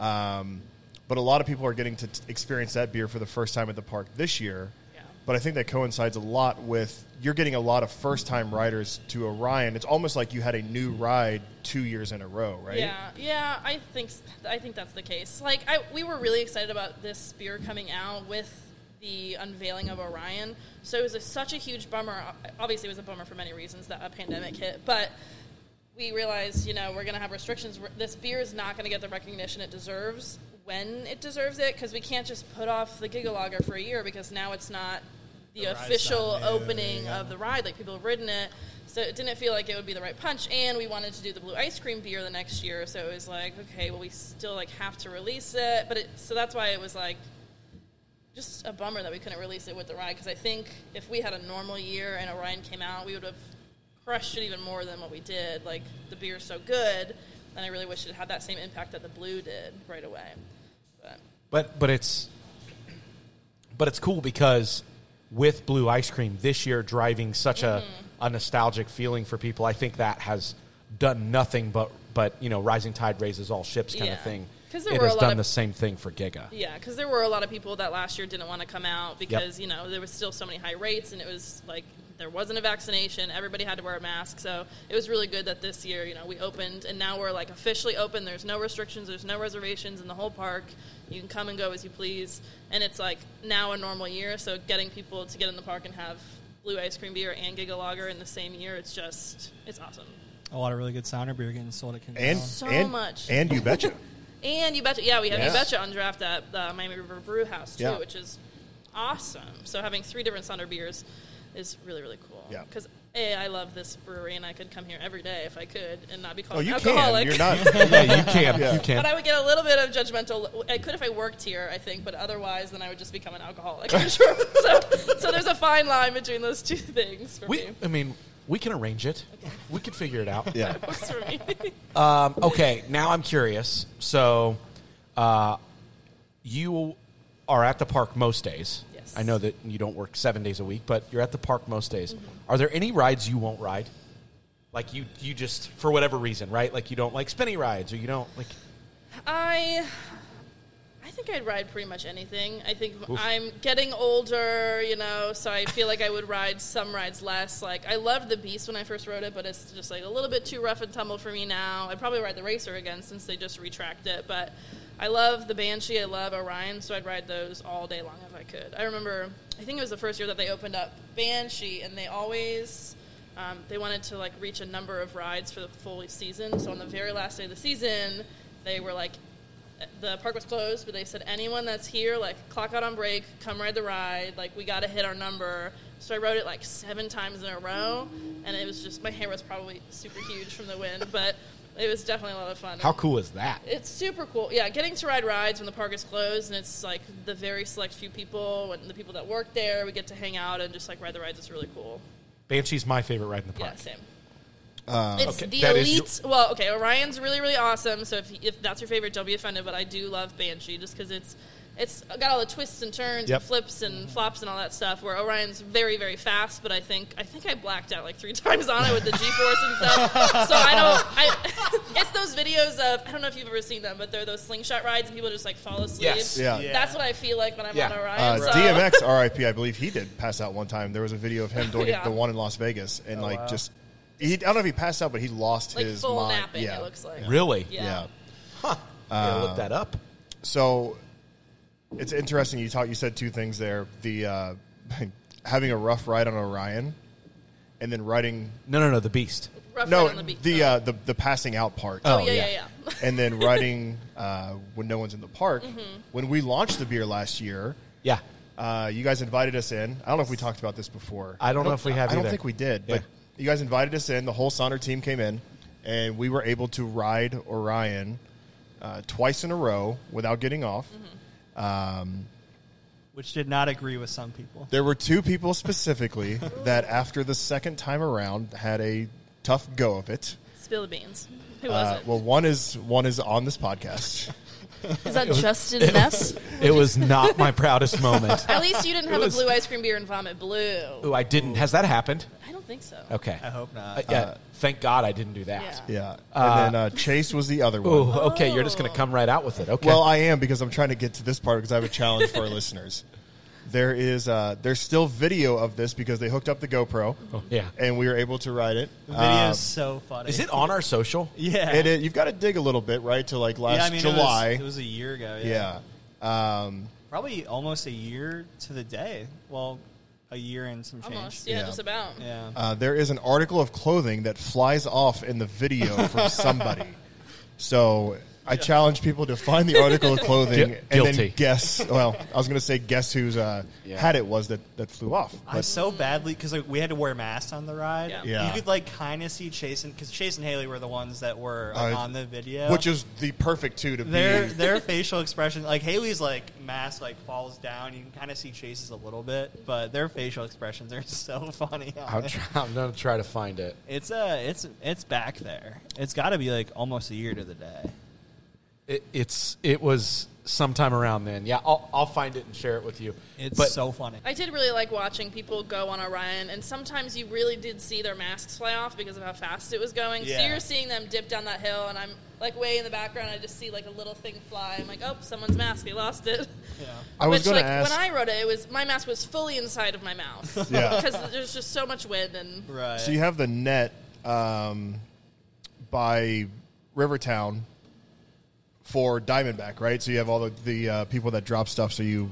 [SPEAKER 1] Um, but a lot of people are getting to t- experience that beer for the first time at the park this year.
[SPEAKER 8] Yeah.
[SPEAKER 1] But I think that coincides a lot with you're getting a lot of first time riders to Orion. It's almost like you had a new ride two years in a row, right?
[SPEAKER 8] Yeah, yeah, I think s- I think that's the case. Like, I, we were really excited about this beer coming out with the unveiling of Orion. So it was a, such a huge bummer. O- Obviously, it was a bummer for many reasons that a pandemic hit, but we realized, you know, we're going to have restrictions. We're- This beer is not going to get the recognition it deserves when it deserves it because we can't just put off the Giga Lager for a year because now it's not the,
[SPEAKER 5] ride's
[SPEAKER 8] official
[SPEAKER 5] not new,
[SPEAKER 8] opening
[SPEAKER 5] yeah.
[SPEAKER 8] of the ride. Like people have ridden it, so it didn't feel like it would be the right punch. And we wanted to do the blue ice cream beer the next year, so it was like, okay, well, we still like have to release it, but it, so that's why it was like just a bummer that we couldn't release it with the ride because I think if we had a normal year and Orion came out, we would have crushed it even more than what we did. Like the beer's so good, and I really wish it had that same impact that the blue did right away. But
[SPEAKER 3] But but it's but it's cool because with Blue Ice Cream this year driving such
[SPEAKER 8] Mm-hmm.
[SPEAKER 3] a, a nostalgic feeling for people, I think that has done nothing but but you know rising tide raises all ships kind of
[SPEAKER 8] Yeah.
[SPEAKER 3] thing.
[SPEAKER 8] 'Cause there
[SPEAKER 3] it
[SPEAKER 8] were
[SPEAKER 3] has
[SPEAKER 8] a lot
[SPEAKER 3] done
[SPEAKER 8] of-
[SPEAKER 3] the same thing for Giga.
[SPEAKER 8] yeah, because there were a lot of people that last year didn't want to come out because you know there was still so many high rates, and it was like there wasn't a vaccination. Everybody had to wear a mask, so it was really good that this year you know we opened, and now we're like officially open. There's no restrictions, there's no reservations in the whole park. You can come and go as you please, and it's like now a normal year. So getting people to get in the park and have blue ice cream beer and Giga Lager in the same year, it's just it's awesome.
[SPEAKER 5] a lot of really good sounder beer getting sold at Kinsale.
[SPEAKER 1] And
[SPEAKER 8] So
[SPEAKER 1] and,
[SPEAKER 8] much.
[SPEAKER 1] And you betcha.
[SPEAKER 8] And you betcha, yeah, we have
[SPEAKER 1] Yes.
[SPEAKER 8] you betcha on draft at the Miami River Brew House too,
[SPEAKER 1] Yeah.
[SPEAKER 8] which is awesome. So having three different Sonder beers is really really cool.
[SPEAKER 1] Yeah.
[SPEAKER 8] because hey, I love this brewery and I could come here every day if I could and not be called
[SPEAKER 1] Oh, you
[SPEAKER 8] an alcoholic.
[SPEAKER 1] can. You're not.
[SPEAKER 3] yeah, you can.
[SPEAKER 1] Yeah.
[SPEAKER 3] You can.
[SPEAKER 8] But I would get a little bit of judgmental. I could if I worked here, I think, but otherwise, then I would just become an alcoholic. I'm sure. so, so there's a fine line between those two things for
[SPEAKER 3] we,
[SPEAKER 8] me.
[SPEAKER 3] I mean, we can arrange it. We can figure it out.
[SPEAKER 1] yeah.
[SPEAKER 8] Works for me.
[SPEAKER 7] Um, okay, now I'm curious. So, uh, you are at the park most days.
[SPEAKER 8] Yes.
[SPEAKER 7] I know that you don't work seven days a week, but you're at the park most days.
[SPEAKER 8] Mm-hmm.
[SPEAKER 7] Are there any rides you won't ride? Like you, you just for whatever reason, right? Like you don't like spinny rides, or you don't like.
[SPEAKER 8] I I think I'd ride pretty much anything. I think I'm getting older, you know, so I feel like I would ride some rides less. Like I loved the Beast when I first rode it, but it's just like a little bit too rough and tumble for me now. I'd probably ride the Racer again since they just retracked it, but I love the Banshee, I love Orion, so I'd ride those all day long if I could. I remember I think it was the first year that they opened up Banshee and they always um, they wanted to like reach a number of rides for the full season. So on the very last day of the season, they were like, the park was closed, but they said anyone that's here, like clock out on break, come ride the ride. Like we got to hit our number. So I rode it like seven times in a row, and it was just my hair was probably super huge from the wind, but it was definitely a lot of fun.
[SPEAKER 3] How cool is that?
[SPEAKER 8] It's super cool. Yeah, getting to ride rides when the park is closed, and it's like the very select few people and the people that work there. We get to hang out and just like ride the rides. It's really cool.
[SPEAKER 3] Banshee's my favorite ride in the park.
[SPEAKER 8] Yeah, same.
[SPEAKER 1] Um,
[SPEAKER 8] it's the
[SPEAKER 3] that is
[SPEAKER 8] elite. well, okay, Orion's really, really awesome. So if, if that's your favorite, don't be offended. But I do love Banshee just because it's it's got all the twists and turns
[SPEAKER 3] Yep.
[SPEAKER 8] and flips
[SPEAKER 1] Mm-hmm.
[SPEAKER 8] and flops and all that stuff. Where Orion's very, very fast, but I think I think I blacked out like three times on it with the G force and stuff. So I don't. I, it's those videos of I don't know if you've ever seen them, but they're those slingshot rides and people just like fall asleep.
[SPEAKER 7] Yes.
[SPEAKER 1] Yeah.
[SPEAKER 5] Yeah.
[SPEAKER 8] That's what I feel like when I'm on
[SPEAKER 7] Yeah.
[SPEAKER 1] Uh,
[SPEAKER 8] Orion. so.
[SPEAKER 1] DMX RIP, I believe he did pass out one time. There was a video of him doing it
[SPEAKER 8] Yeah.
[SPEAKER 1] the one in Las Vegas and like just he, I don't know if he passed out, but he lost
[SPEAKER 8] Like
[SPEAKER 1] his
[SPEAKER 8] full
[SPEAKER 1] mind.
[SPEAKER 8] napping,
[SPEAKER 1] yeah.
[SPEAKER 8] it looks like.
[SPEAKER 7] Really?
[SPEAKER 8] Yeah.
[SPEAKER 1] yeah.
[SPEAKER 7] Yeah, look that up.
[SPEAKER 1] So it's interesting you taught you said two things there. The uh, having a rough ride on Orion and then riding
[SPEAKER 7] No, no, no. The Beast.
[SPEAKER 8] Rough
[SPEAKER 1] no
[SPEAKER 8] ride on the beach.
[SPEAKER 1] the uh, the the passing out part.
[SPEAKER 8] oh, yeah, yeah, yeah.
[SPEAKER 1] and then riding uh, when no one's in the park.
[SPEAKER 8] Mm-hmm.
[SPEAKER 1] When we launched the beer last year,
[SPEAKER 7] Yeah.
[SPEAKER 1] uh, you guys invited us in. I don't know if we talked about this before.
[SPEAKER 7] I don't know if we have
[SPEAKER 1] I don't
[SPEAKER 7] either.
[SPEAKER 1] think we did,
[SPEAKER 7] Yeah.
[SPEAKER 1] but you guys invited us in. The whole Sonder team came in, and we were able to ride Orion uh, twice in a row without getting off.
[SPEAKER 8] Mm-hmm.
[SPEAKER 1] Um,
[SPEAKER 5] which did not agree with some people.
[SPEAKER 1] there were two people specifically that, after the second time around, had a tough go of it.
[SPEAKER 8] Spill the beans. Who was
[SPEAKER 1] Uh,
[SPEAKER 8] it?
[SPEAKER 1] well, one is one is on this podcast.
[SPEAKER 4] Is that Justin Ness?
[SPEAKER 7] It was not my proudest moment.
[SPEAKER 8] At least you didn't have
[SPEAKER 7] was-
[SPEAKER 8] a blue ice cream beer and vomit blue.
[SPEAKER 7] Oh, I didn't. Has that happened?
[SPEAKER 8] I don't think so.
[SPEAKER 7] Okay.
[SPEAKER 5] I hope not.
[SPEAKER 7] Uh, yeah. thank God I didn't do that.
[SPEAKER 8] Yeah.
[SPEAKER 1] Yeah, and then uh, Chase was the other one.
[SPEAKER 7] Oh, okay. You're just going to come right out with it. Okay.
[SPEAKER 1] Well, I am because I'm trying to get to this part because I have a challenge for our listeners. There is uh, there's still video of this because they hooked up the GoPro.
[SPEAKER 7] Oh, yeah.
[SPEAKER 1] and we were able to ride it.
[SPEAKER 5] The video
[SPEAKER 1] Uh,
[SPEAKER 5] is so funny.
[SPEAKER 7] Is it on our social?
[SPEAKER 5] Yeah.
[SPEAKER 1] it, is- you've got to dig a little bit, right? To like last
[SPEAKER 5] yeah, I mean, it was-
[SPEAKER 1] July.
[SPEAKER 5] It was, a year ago. Yeah.
[SPEAKER 1] yeah. Um,
[SPEAKER 5] Probably almost a year to the day. Well, a year and some change.
[SPEAKER 8] Almost. Yeah,
[SPEAKER 1] Yeah.
[SPEAKER 8] just about.
[SPEAKER 5] Yeah.
[SPEAKER 1] uh, there is an article of clothing that flies off in the video from somebody. So I challenge people to find the article of clothing
[SPEAKER 7] Gu-
[SPEAKER 1] and
[SPEAKER 7] guilty.
[SPEAKER 1] then guess. Well, I was going to say guess whose uh, hat it was that, that flew off.
[SPEAKER 5] I so badly because like, we had to wear masks on the ride.
[SPEAKER 8] Yeah.
[SPEAKER 1] Yeah.
[SPEAKER 5] You could like kind of see Chase and because Chase and Haley were the ones that were like,
[SPEAKER 1] Uh,
[SPEAKER 5] on the video,
[SPEAKER 1] Which is the perfect two to
[SPEAKER 5] their
[SPEAKER 1] be.
[SPEAKER 5] their facial expression. Like Haley's like mask like falls down. You can kind of see Chase's a little bit, but their facial expressions are so funny. on
[SPEAKER 7] I'm,
[SPEAKER 5] it.
[SPEAKER 7] try- I'm going to try to find it.
[SPEAKER 5] It's uh, it's it's back there. It's got to be like almost a year to the day.
[SPEAKER 7] it. It's it was sometime around then. Yeah, I'll, I'll find it and share it with you.
[SPEAKER 5] It's
[SPEAKER 7] but
[SPEAKER 5] so funny.
[SPEAKER 8] I did really like watching people go on Orion, and sometimes you really did see their masks fly off because of how fast it was going. So
[SPEAKER 5] Yeah.
[SPEAKER 8] you're seeing them dip down that hill, and I'm like way in the background. I just see like a little thing fly. I'm like, oh, someone's mask. They lost it.
[SPEAKER 1] I was
[SPEAKER 8] Which,
[SPEAKER 1] going
[SPEAKER 8] like,
[SPEAKER 1] to ask.
[SPEAKER 8] when I wrote it, it was my mask was fully inside of my mouth
[SPEAKER 1] yeah.
[SPEAKER 8] because there's just so much wind and
[SPEAKER 5] Right.
[SPEAKER 1] So you have the net um, by Rivertown for Diamondback, right? So you have all the, the uh, people that drop stuff, so you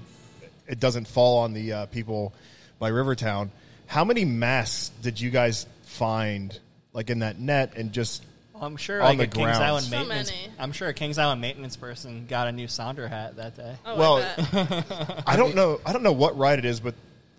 [SPEAKER 1] it doesn't fall on the uh, people by Rivertown. How many masks did you guys find like in that net and just?
[SPEAKER 5] I'm sure
[SPEAKER 1] On
[SPEAKER 5] like
[SPEAKER 1] the
[SPEAKER 5] a Kings
[SPEAKER 1] grounds.
[SPEAKER 5] Island
[SPEAKER 8] So
[SPEAKER 5] maintenance.
[SPEAKER 8] many.
[SPEAKER 5] I'm sure a Kings Island maintenance person got a new Sonder hat that day.
[SPEAKER 8] oh, I
[SPEAKER 1] Well,
[SPEAKER 8] bet.
[SPEAKER 1] I don't know. I don't know what ride it is, but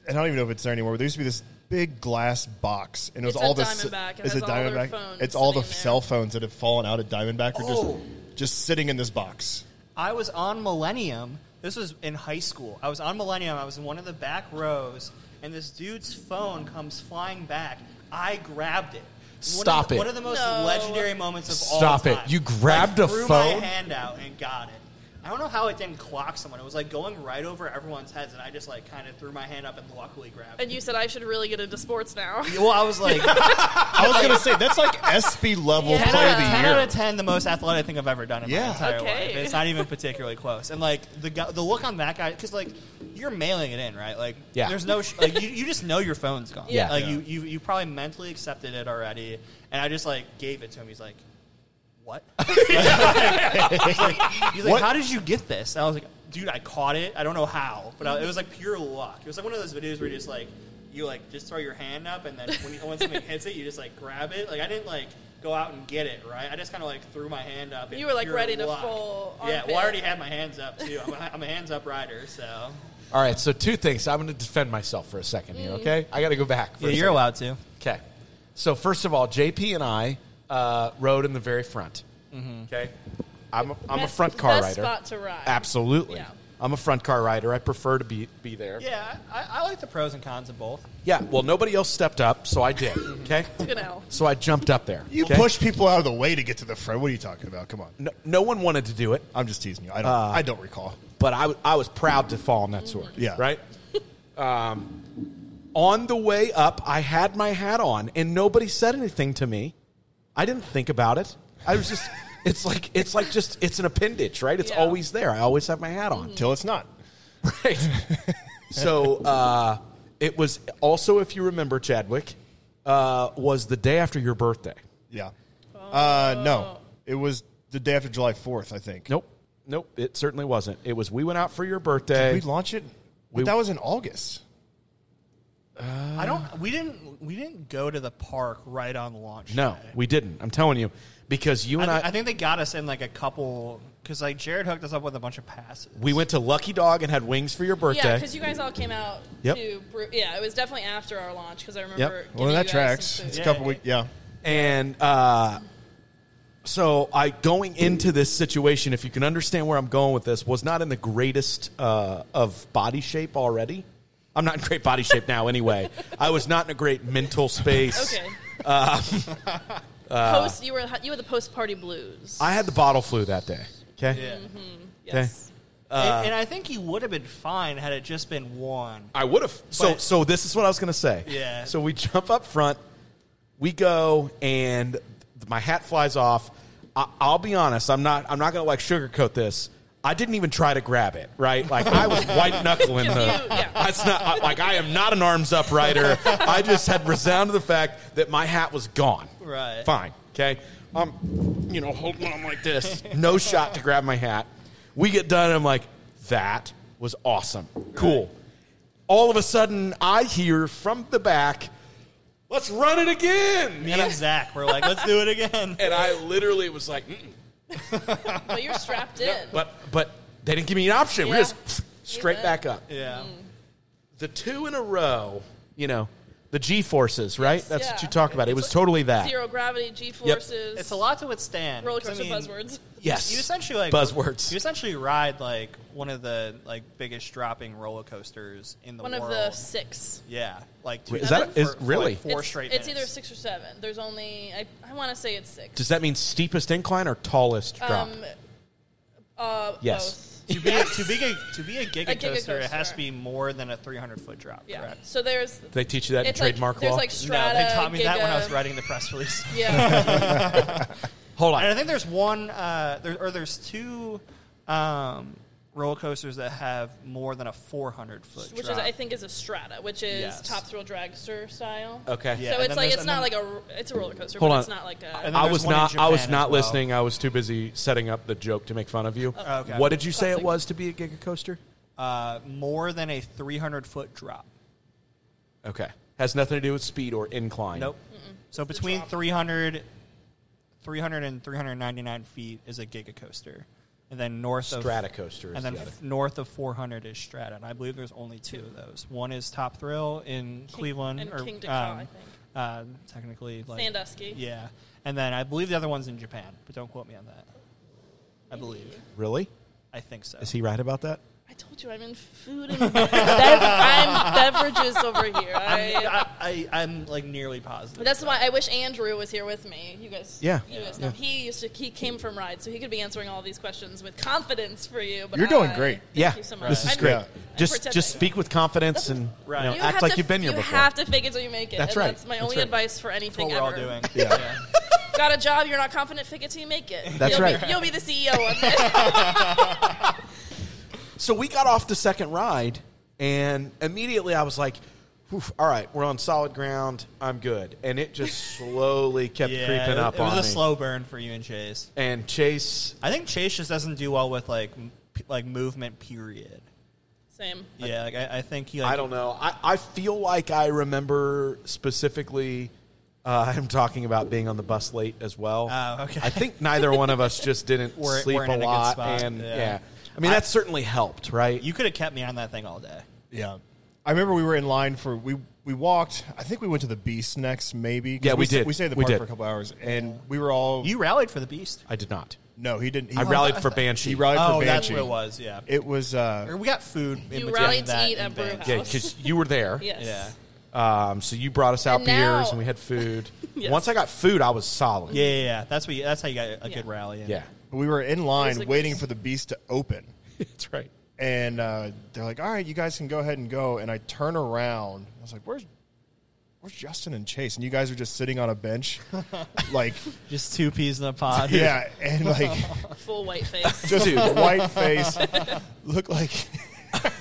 [SPEAKER 1] and I don't even know if it's there anymore. But there used to be this big glass box, and it was
[SPEAKER 8] It's a
[SPEAKER 1] all this.
[SPEAKER 8] Diamondback. It
[SPEAKER 1] it's
[SPEAKER 8] has
[SPEAKER 1] a
[SPEAKER 8] all their
[SPEAKER 1] Diamondback.
[SPEAKER 8] phones
[SPEAKER 1] it's all the
[SPEAKER 8] sitting there.
[SPEAKER 1] cell phones that have fallen out of Diamondback are
[SPEAKER 7] Oh.
[SPEAKER 1] just just sitting in this box.
[SPEAKER 5] I was on Millennium. This was in high school. I was on Millennium. I was in one of the back rows, and this dude's phone comes flying back. I grabbed it. One of the-
[SPEAKER 7] Stop it.
[SPEAKER 5] One of the most
[SPEAKER 8] No.
[SPEAKER 5] legendary moments of all
[SPEAKER 7] Stop it.
[SPEAKER 5] time.
[SPEAKER 7] You grabbed
[SPEAKER 5] I
[SPEAKER 7] a
[SPEAKER 5] threw
[SPEAKER 7] phone?
[SPEAKER 5] my hand out and got it. I don't know how it didn't clock someone. It was like going right over everyone's heads, and I just like kind of threw my hand up and luckily grabbed
[SPEAKER 8] And
[SPEAKER 5] it.
[SPEAKER 8] you said I should really get into sports now.
[SPEAKER 5] Well, I was like, 10,
[SPEAKER 1] I was gonna say that's like SP level
[SPEAKER 8] Yeah.
[SPEAKER 1] play
[SPEAKER 5] out
[SPEAKER 1] of
[SPEAKER 5] of,
[SPEAKER 1] the
[SPEAKER 5] 10
[SPEAKER 1] year.
[SPEAKER 5] out of 10, the most athletic thing I've ever done in
[SPEAKER 1] Yeah.
[SPEAKER 5] my entire
[SPEAKER 8] Okay.
[SPEAKER 5] life. It's not even particularly close. And like the guy, the look on that guy, because like you're mailing it in, right? Like
[SPEAKER 7] Yeah.
[SPEAKER 5] there's no sh- like you, you just know your phone's gone.
[SPEAKER 7] Yeah.
[SPEAKER 5] like You, you you probably mentally accepted it already. And I just like gave it to him. He's like, what? He's like,
[SPEAKER 1] What?
[SPEAKER 5] how did you get this? And I was like, dude, I caught it. I don't know how, but I, it was like pure luck. It was like one of those videos where you just like you like just throw your hand up, and then when, you, when something hits it, you just like grab it. Like I didn't like go out and get it right. I just kind of like threw my hand up. in
[SPEAKER 8] You were, like,
[SPEAKER 5] pure
[SPEAKER 8] ready to
[SPEAKER 5] luck.
[SPEAKER 8] full
[SPEAKER 5] Yeah,
[SPEAKER 8] armpit.
[SPEAKER 5] well, I already had my hands up too. I'm a, I'm a hands up rider, so
[SPEAKER 7] All right, so two things. I'm going to defend myself for a second here,
[SPEAKER 8] Mm.
[SPEAKER 7] okay? I got to go back. For a second.
[SPEAKER 5] allowed to.
[SPEAKER 7] Okay. So first of all, JP and I uh, rode in the very front. Okay. I'm a, I'm a
[SPEAKER 8] Best-
[SPEAKER 7] front car
[SPEAKER 8] best
[SPEAKER 7] rider.
[SPEAKER 8] spot to ride.
[SPEAKER 7] Absolutely.
[SPEAKER 8] Yeah.
[SPEAKER 7] I'm a front car rider. I prefer to be be there.
[SPEAKER 5] Yeah, I, I like the pros and cons of both.
[SPEAKER 7] Yeah, Well, nobody else stepped up, so I did. okay.
[SPEAKER 8] Took an L.
[SPEAKER 7] So I jumped up there.
[SPEAKER 1] You
[SPEAKER 7] okay?
[SPEAKER 1] push people out of the way to get to the front. What are you talking about? Come on.
[SPEAKER 7] No, no one wanted to do it,
[SPEAKER 1] I'm just teasing you. I don't.
[SPEAKER 7] Uh.
[SPEAKER 1] I don't recall.
[SPEAKER 7] but I, w- I was proud to fall on that sword.
[SPEAKER 1] Yeah.
[SPEAKER 7] Right. um, on the way up, I had my hat on, and nobody said anything to me. I didn't think about it. I was just. It's like it's like just it's an appendage, right? It's
[SPEAKER 8] Yeah.
[SPEAKER 7] always there. I always have my hat on.
[SPEAKER 1] Till it's not.
[SPEAKER 7] Right. so uh, it was also, if you remember, Chadwick, uh, was the day after your birthday.
[SPEAKER 1] Yeah. Uh,
[SPEAKER 8] Oh.
[SPEAKER 1] no. It was the day after July 4th, I think.
[SPEAKER 7] Nope. Nope. It certainly wasn't. It was we went out for your birthday.
[SPEAKER 1] Did we launch it?
[SPEAKER 7] We-
[SPEAKER 1] But that was in August.
[SPEAKER 5] I don't. We didn't. We didn't go to the park right on launch.
[SPEAKER 7] no,
[SPEAKER 5] day.
[SPEAKER 7] we didn't. I'm telling you. Because you
[SPEAKER 5] I,
[SPEAKER 7] and I,
[SPEAKER 5] thi- I think they got us in like a couple because like Jared hooked us up with a bunch of passes.
[SPEAKER 7] we went to Lucky Dog and had wings for your
[SPEAKER 8] Yeah,
[SPEAKER 7] birthday.
[SPEAKER 8] because you guys all came out
[SPEAKER 7] Yep.
[SPEAKER 8] to brew. Yeah, it was definitely after our launch because I remember.
[SPEAKER 7] Well,
[SPEAKER 8] giving
[SPEAKER 1] Well,
[SPEAKER 8] you
[SPEAKER 1] that
[SPEAKER 8] guys
[SPEAKER 1] tracks.
[SPEAKER 8] some
[SPEAKER 1] It's a
[SPEAKER 8] food.
[SPEAKER 1] couple weeks. Yeah.
[SPEAKER 7] and uh, so I, going into this situation, if you can understand where I'm going with this, was not in the greatest uh, of body shape already. I'm not in great body shape now, anyway. I was not in a great mental space.
[SPEAKER 8] Okay. post, you were you had the post party blues.
[SPEAKER 7] Um, uh, I had the bottle flu that day. Okay. Uh,
[SPEAKER 5] Yeah.
[SPEAKER 8] Mm-hmm. yes.
[SPEAKER 5] and, and I think he would have been fine had it just been one.
[SPEAKER 7] I would have. So,
[SPEAKER 5] But-
[SPEAKER 7] so this is what I was going to say.
[SPEAKER 5] Yeah.
[SPEAKER 7] So we jump up front. We go, and th- my hat flies off. I, I'll be honest. I'm not. I'm not going to like sugarcoat this. I didn't even try to grab it. Right. Like I was white knuckling the.
[SPEAKER 8] You- yeah.
[SPEAKER 7] That's not I- like I am not an arms up rider. I just had resound to the fact that my hat was gone.
[SPEAKER 5] Right.
[SPEAKER 7] Fine. Okay. I'm, you know, holding on like this. No shot to grab my hat. We get done. I'm like, that was awesome. Cool. All of a sudden, I hear from the back, let's run it again.
[SPEAKER 5] Me
[SPEAKER 7] And I,
[SPEAKER 5] and Zach were like, let's do it again.
[SPEAKER 7] and I literally was like, Mm-mm.
[SPEAKER 8] but you're strapped in.
[SPEAKER 7] but, but they didn't give me an option. We're
[SPEAKER 8] Yeah.
[SPEAKER 7] just straight
[SPEAKER 8] bet.
[SPEAKER 7] back up.
[SPEAKER 5] Yeah.
[SPEAKER 8] Mm-hmm.
[SPEAKER 7] The two in a row, you know, the G forces, right? That's what
[SPEAKER 8] Yeah.
[SPEAKER 7] you talk about. It
[SPEAKER 8] It's
[SPEAKER 7] was
[SPEAKER 8] like
[SPEAKER 7] totally that.
[SPEAKER 8] Zero gravity, G forces.
[SPEAKER 5] It's a lot to withstand.
[SPEAKER 8] Roller
[SPEAKER 5] 'cause,
[SPEAKER 8] coaster
[SPEAKER 5] I mean,
[SPEAKER 8] buzzwords.
[SPEAKER 7] Yes.
[SPEAKER 5] You essentially like
[SPEAKER 7] Buzzwords.
[SPEAKER 5] You essentially ride like one of the like biggest dropping roller coasters in the
[SPEAKER 8] One
[SPEAKER 5] world.
[SPEAKER 8] of the six.
[SPEAKER 5] yeah, like two,
[SPEAKER 7] Wait, is
[SPEAKER 8] that-
[SPEAKER 5] for-
[SPEAKER 7] is-
[SPEAKER 5] for,
[SPEAKER 7] really?
[SPEAKER 5] like, four
[SPEAKER 8] it's,
[SPEAKER 5] straight.
[SPEAKER 8] It's
[SPEAKER 5] minutes.
[SPEAKER 8] either six or seven. There's only I, I want to say it's six.
[SPEAKER 7] Does that mean steepest incline or tallest drop?
[SPEAKER 8] um, uh,
[SPEAKER 7] Yes.
[SPEAKER 8] Both.
[SPEAKER 5] to be to be a to be a giga,
[SPEAKER 8] A giga
[SPEAKER 5] coaster, it has
[SPEAKER 8] coaster.
[SPEAKER 5] to be more than a 300 foot drop.
[SPEAKER 8] Yeah.
[SPEAKER 5] Correct.
[SPEAKER 8] So there's
[SPEAKER 7] they teach you that in
[SPEAKER 8] it's like
[SPEAKER 7] trademark
[SPEAKER 8] there's
[SPEAKER 7] law.
[SPEAKER 8] like
[SPEAKER 5] no,
[SPEAKER 8] strata.
[SPEAKER 5] they taught me that when I was
[SPEAKER 8] giga-
[SPEAKER 5] writing the press release.
[SPEAKER 8] Yeah.
[SPEAKER 7] Hold
[SPEAKER 5] And I
[SPEAKER 7] on.
[SPEAKER 5] think there's one, uh, there, or there's two um, roller coasters that have more than a 400 foot.
[SPEAKER 8] which is
[SPEAKER 5] drop.
[SPEAKER 8] I think is a strata, which is
[SPEAKER 5] Yes.
[SPEAKER 8] top thrill dragster style.
[SPEAKER 7] Okay.
[SPEAKER 5] Yeah,
[SPEAKER 8] so
[SPEAKER 5] and
[SPEAKER 8] it's
[SPEAKER 5] then
[SPEAKER 8] like
[SPEAKER 5] there's-
[SPEAKER 8] it's
[SPEAKER 5] and
[SPEAKER 8] not like
[SPEAKER 5] then-
[SPEAKER 8] a r- it's a roller coaster,
[SPEAKER 7] Hold
[SPEAKER 8] but
[SPEAKER 7] on.
[SPEAKER 8] it's not like
[SPEAKER 5] And
[SPEAKER 8] a
[SPEAKER 5] then
[SPEAKER 7] I
[SPEAKER 5] there's
[SPEAKER 7] was
[SPEAKER 5] one in
[SPEAKER 7] not. I was
[SPEAKER 5] Japan
[SPEAKER 7] not
[SPEAKER 5] as well. Oh,
[SPEAKER 7] listening. I was too busy setting up the joke to make fun of you.
[SPEAKER 5] Okay.
[SPEAKER 7] What did you say it
[SPEAKER 8] Oh, Classic.
[SPEAKER 7] was to be a giga coaster?
[SPEAKER 5] uh, more than a 300 foot drop.
[SPEAKER 7] Okay. Has nothing to do with speed or incline.
[SPEAKER 5] Nope. So between
[SPEAKER 8] drop.
[SPEAKER 5] 300, 300 and 399 feet is a giga coaster. and then north
[SPEAKER 9] Stratocaster is
[SPEAKER 5] of and then
[SPEAKER 9] the other.
[SPEAKER 5] f- north of 400 is Strata, and I believe there's only two of those. One is Top Thrill in Cleveland,
[SPEAKER 8] and
[SPEAKER 5] or
[SPEAKER 8] King Dakar,
[SPEAKER 7] um,
[SPEAKER 8] I think.
[SPEAKER 5] uh, technically like
[SPEAKER 8] Sandusky.
[SPEAKER 5] Yeah, and then I believe the other one's in Japan, but don't quote me on that. I believe,
[SPEAKER 7] Really?
[SPEAKER 5] I think so.
[SPEAKER 7] Is he right about that?
[SPEAKER 8] I told you I'm in food and bev- I'm beverages over here. I,
[SPEAKER 5] I, I, I'm like nearly positive.
[SPEAKER 8] that's why I wish Andrew was here with me. You guys,
[SPEAKER 7] Yeah.
[SPEAKER 8] you guys know he used to. He came from Ride, so he could be answering all these questions with confidence for you. But
[SPEAKER 1] You're doing
[SPEAKER 8] I-
[SPEAKER 1] great.
[SPEAKER 8] Thank
[SPEAKER 7] yeah.
[SPEAKER 8] you so much.
[SPEAKER 7] This is
[SPEAKER 8] I'm-
[SPEAKER 7] great.
[SPEAKER 1] Yeah.
[SPEAKER 7] Just
[SPEAKER 8] pretending.
[SPEAKER 7] just speak with confidence and
[SPEAKER 5] Right.
[SPEAKER 7] you know,
[SPEAKER 8] You
[SPEAKER 7] act
[SPEAKER 8] have
[SPEAKER 7] like
[SPEAKER 8] to-
[SPEAKER 7] you've been here
[SPEAKER 8] you
[SPEAKER 7] before.
[SPEAKER 8] have to fake it till you make it.
[SPEAKER 7] That's
[SPEAKER 8] and
[SPEAKER 7] right.
[SPEAKER 8] That's my
[SPEAKER 7] That's
[SPEAKER 8] only
[SPEAKER 7] right.
[SPEAKER 8] advice for
[SPEAKER 5] That's what
[SPEAKER 8] anything
[SPEAKER 5] we're all
[SPEAKER 8] ever.
[SPEAKER 5] doing.
[SPEAKER 8] Got a job, you're not confident, fake it till you make it.
[SPEAKER 7] That's
[SPEAKER 8] you'll
[SPEAKER 7] right.
[SPEAKER 8] Be, you'll be the E CEO one day.
[SPEAKER 7] So we got off the second ride, and immediately I was like, "Oof, "All right, we're on solid ground. I'm good." And it just slowly kept
[SPEAKER 5] Yeah,
[SPEAKER 7] creeping
[SPEAKER 5] it-
[SPEAKER 7] up
[SPEAKER 5] It was
[SPEAKER 7] on
[SPEAKER 5] a
[SPEAKER 7] me.
[SPEAKER 5] slow burn for you and Chase.
[SPEAKER 7] and Chase,
[SPEAKER 5] I think Chase just doesn't do well with like m- p- like movement. Period.
[SPEAKER 8] Same.
[SPEAKER 5] Yeah, like, I, I think he. Like,
[SPEAKER 7] I don't know. I, I feel like I remember specifically. Uh, I'm talking about being on the bus late as well.
[SPEAKER 5] Oh, okay.
[SPEAKER 7] I think neither one of us just didn't
[SPEAKER 5] We're-
[SPEAKER 7] sleep
[SPEAKER 5] we're in
[SPEAKER 7] a
[SPEAKER 5] a good
[SPEAKER 7] lot,
[SPEAKER 5] spot,
[SPEAKER 7] and yeah.
[SPEAKER 5] yeah.
[SPEAKER 7] I mean that certainly helped, right?
[SPEAKER 5] You could have kept me on that thing all day.
[SPEAKER 1] Yeah. I remember we were in line for we we walked. I think we went to the Beast next, maybe. 'cause
[SPEAKER 7] Yeah, we
[SPEAKER 1] sta-
[SPEAKER 7] did.
[SPEAKER 1] We stayed at the
[SPEAKER 7] We
[SPEAKER 1] park
[SPEAKER 7] did.
[SPEAKER 1] for a couple hours, and we were all.
[SPEAKER 5] You rallied for the beast.
[SPEAKER 7] I did not.
[SPEAKER 1] no, he didn't. He,
[SPEAKER 7] I rallied for Banshee.
[SPEAKER 1] He rallied
[SPEAKER 5] oh,
[SPEAKER 1] for
[SPEAKER 5] that's
[SPEAKER 1] Banshee.
[SPEAKER 5] what it was. Yeah,
[SPEAKER 1] It was. Uh,
[SPEAKER 5] Or we got food. in
[SPEAKER 8] You
[SPEAKER 5] between
[SPEAKER 8] rallied to
[SPEAKER 5] that
[SPEAKER 8] eat
[SPEAKER 5] and
[SPEAKER 8] at Brew
[SPEAKER 5] Banshee.
[SPEAKER 8] House.
[SPEAKER 7] Yeah, because you were there.
[SPEAKER 8] Yes.
[SPEAKER 5] Yeah.
[SPEAKER 7] Um, so you brought us out
[SPEAKER 8] And
[SPEAKER 7] beers
[SPEAKER 8] now-
[SPEAKER 7] and we had food.
[SPEAKER 8] Yes.
[SPEAKER 7] Once I got food, I was solid.
[SPEAKER 5] Yeah, yeah, yeah. That's what. You, that's how you got a
[SPEAKER 8] Yeah.
[SPEAKER 5] good rally. In.
[SPEAKER 7] Yeah.
[SPEAKER 1] we were in
[SPEAKER 8] It
[SPEAKER 1] line
[SPEAKER 8] was like-
[SPEAKER 1] waiting for the Beast to open,
[SPEAKER 7] That's right.
[SPEAKER 1] and uh, they're like, "All right, you guys can go ahead and go." And I turn around. I was like, "Where's?" Where's Justin and Chase? And you guys are just sitting on a bench, like
[SPEAKER 5] Just two peas in a pod.
[SPEAKER 1] yeah, and like
[SPEAKER 8] Full white face.
[SPEAKER 1] just white face, look like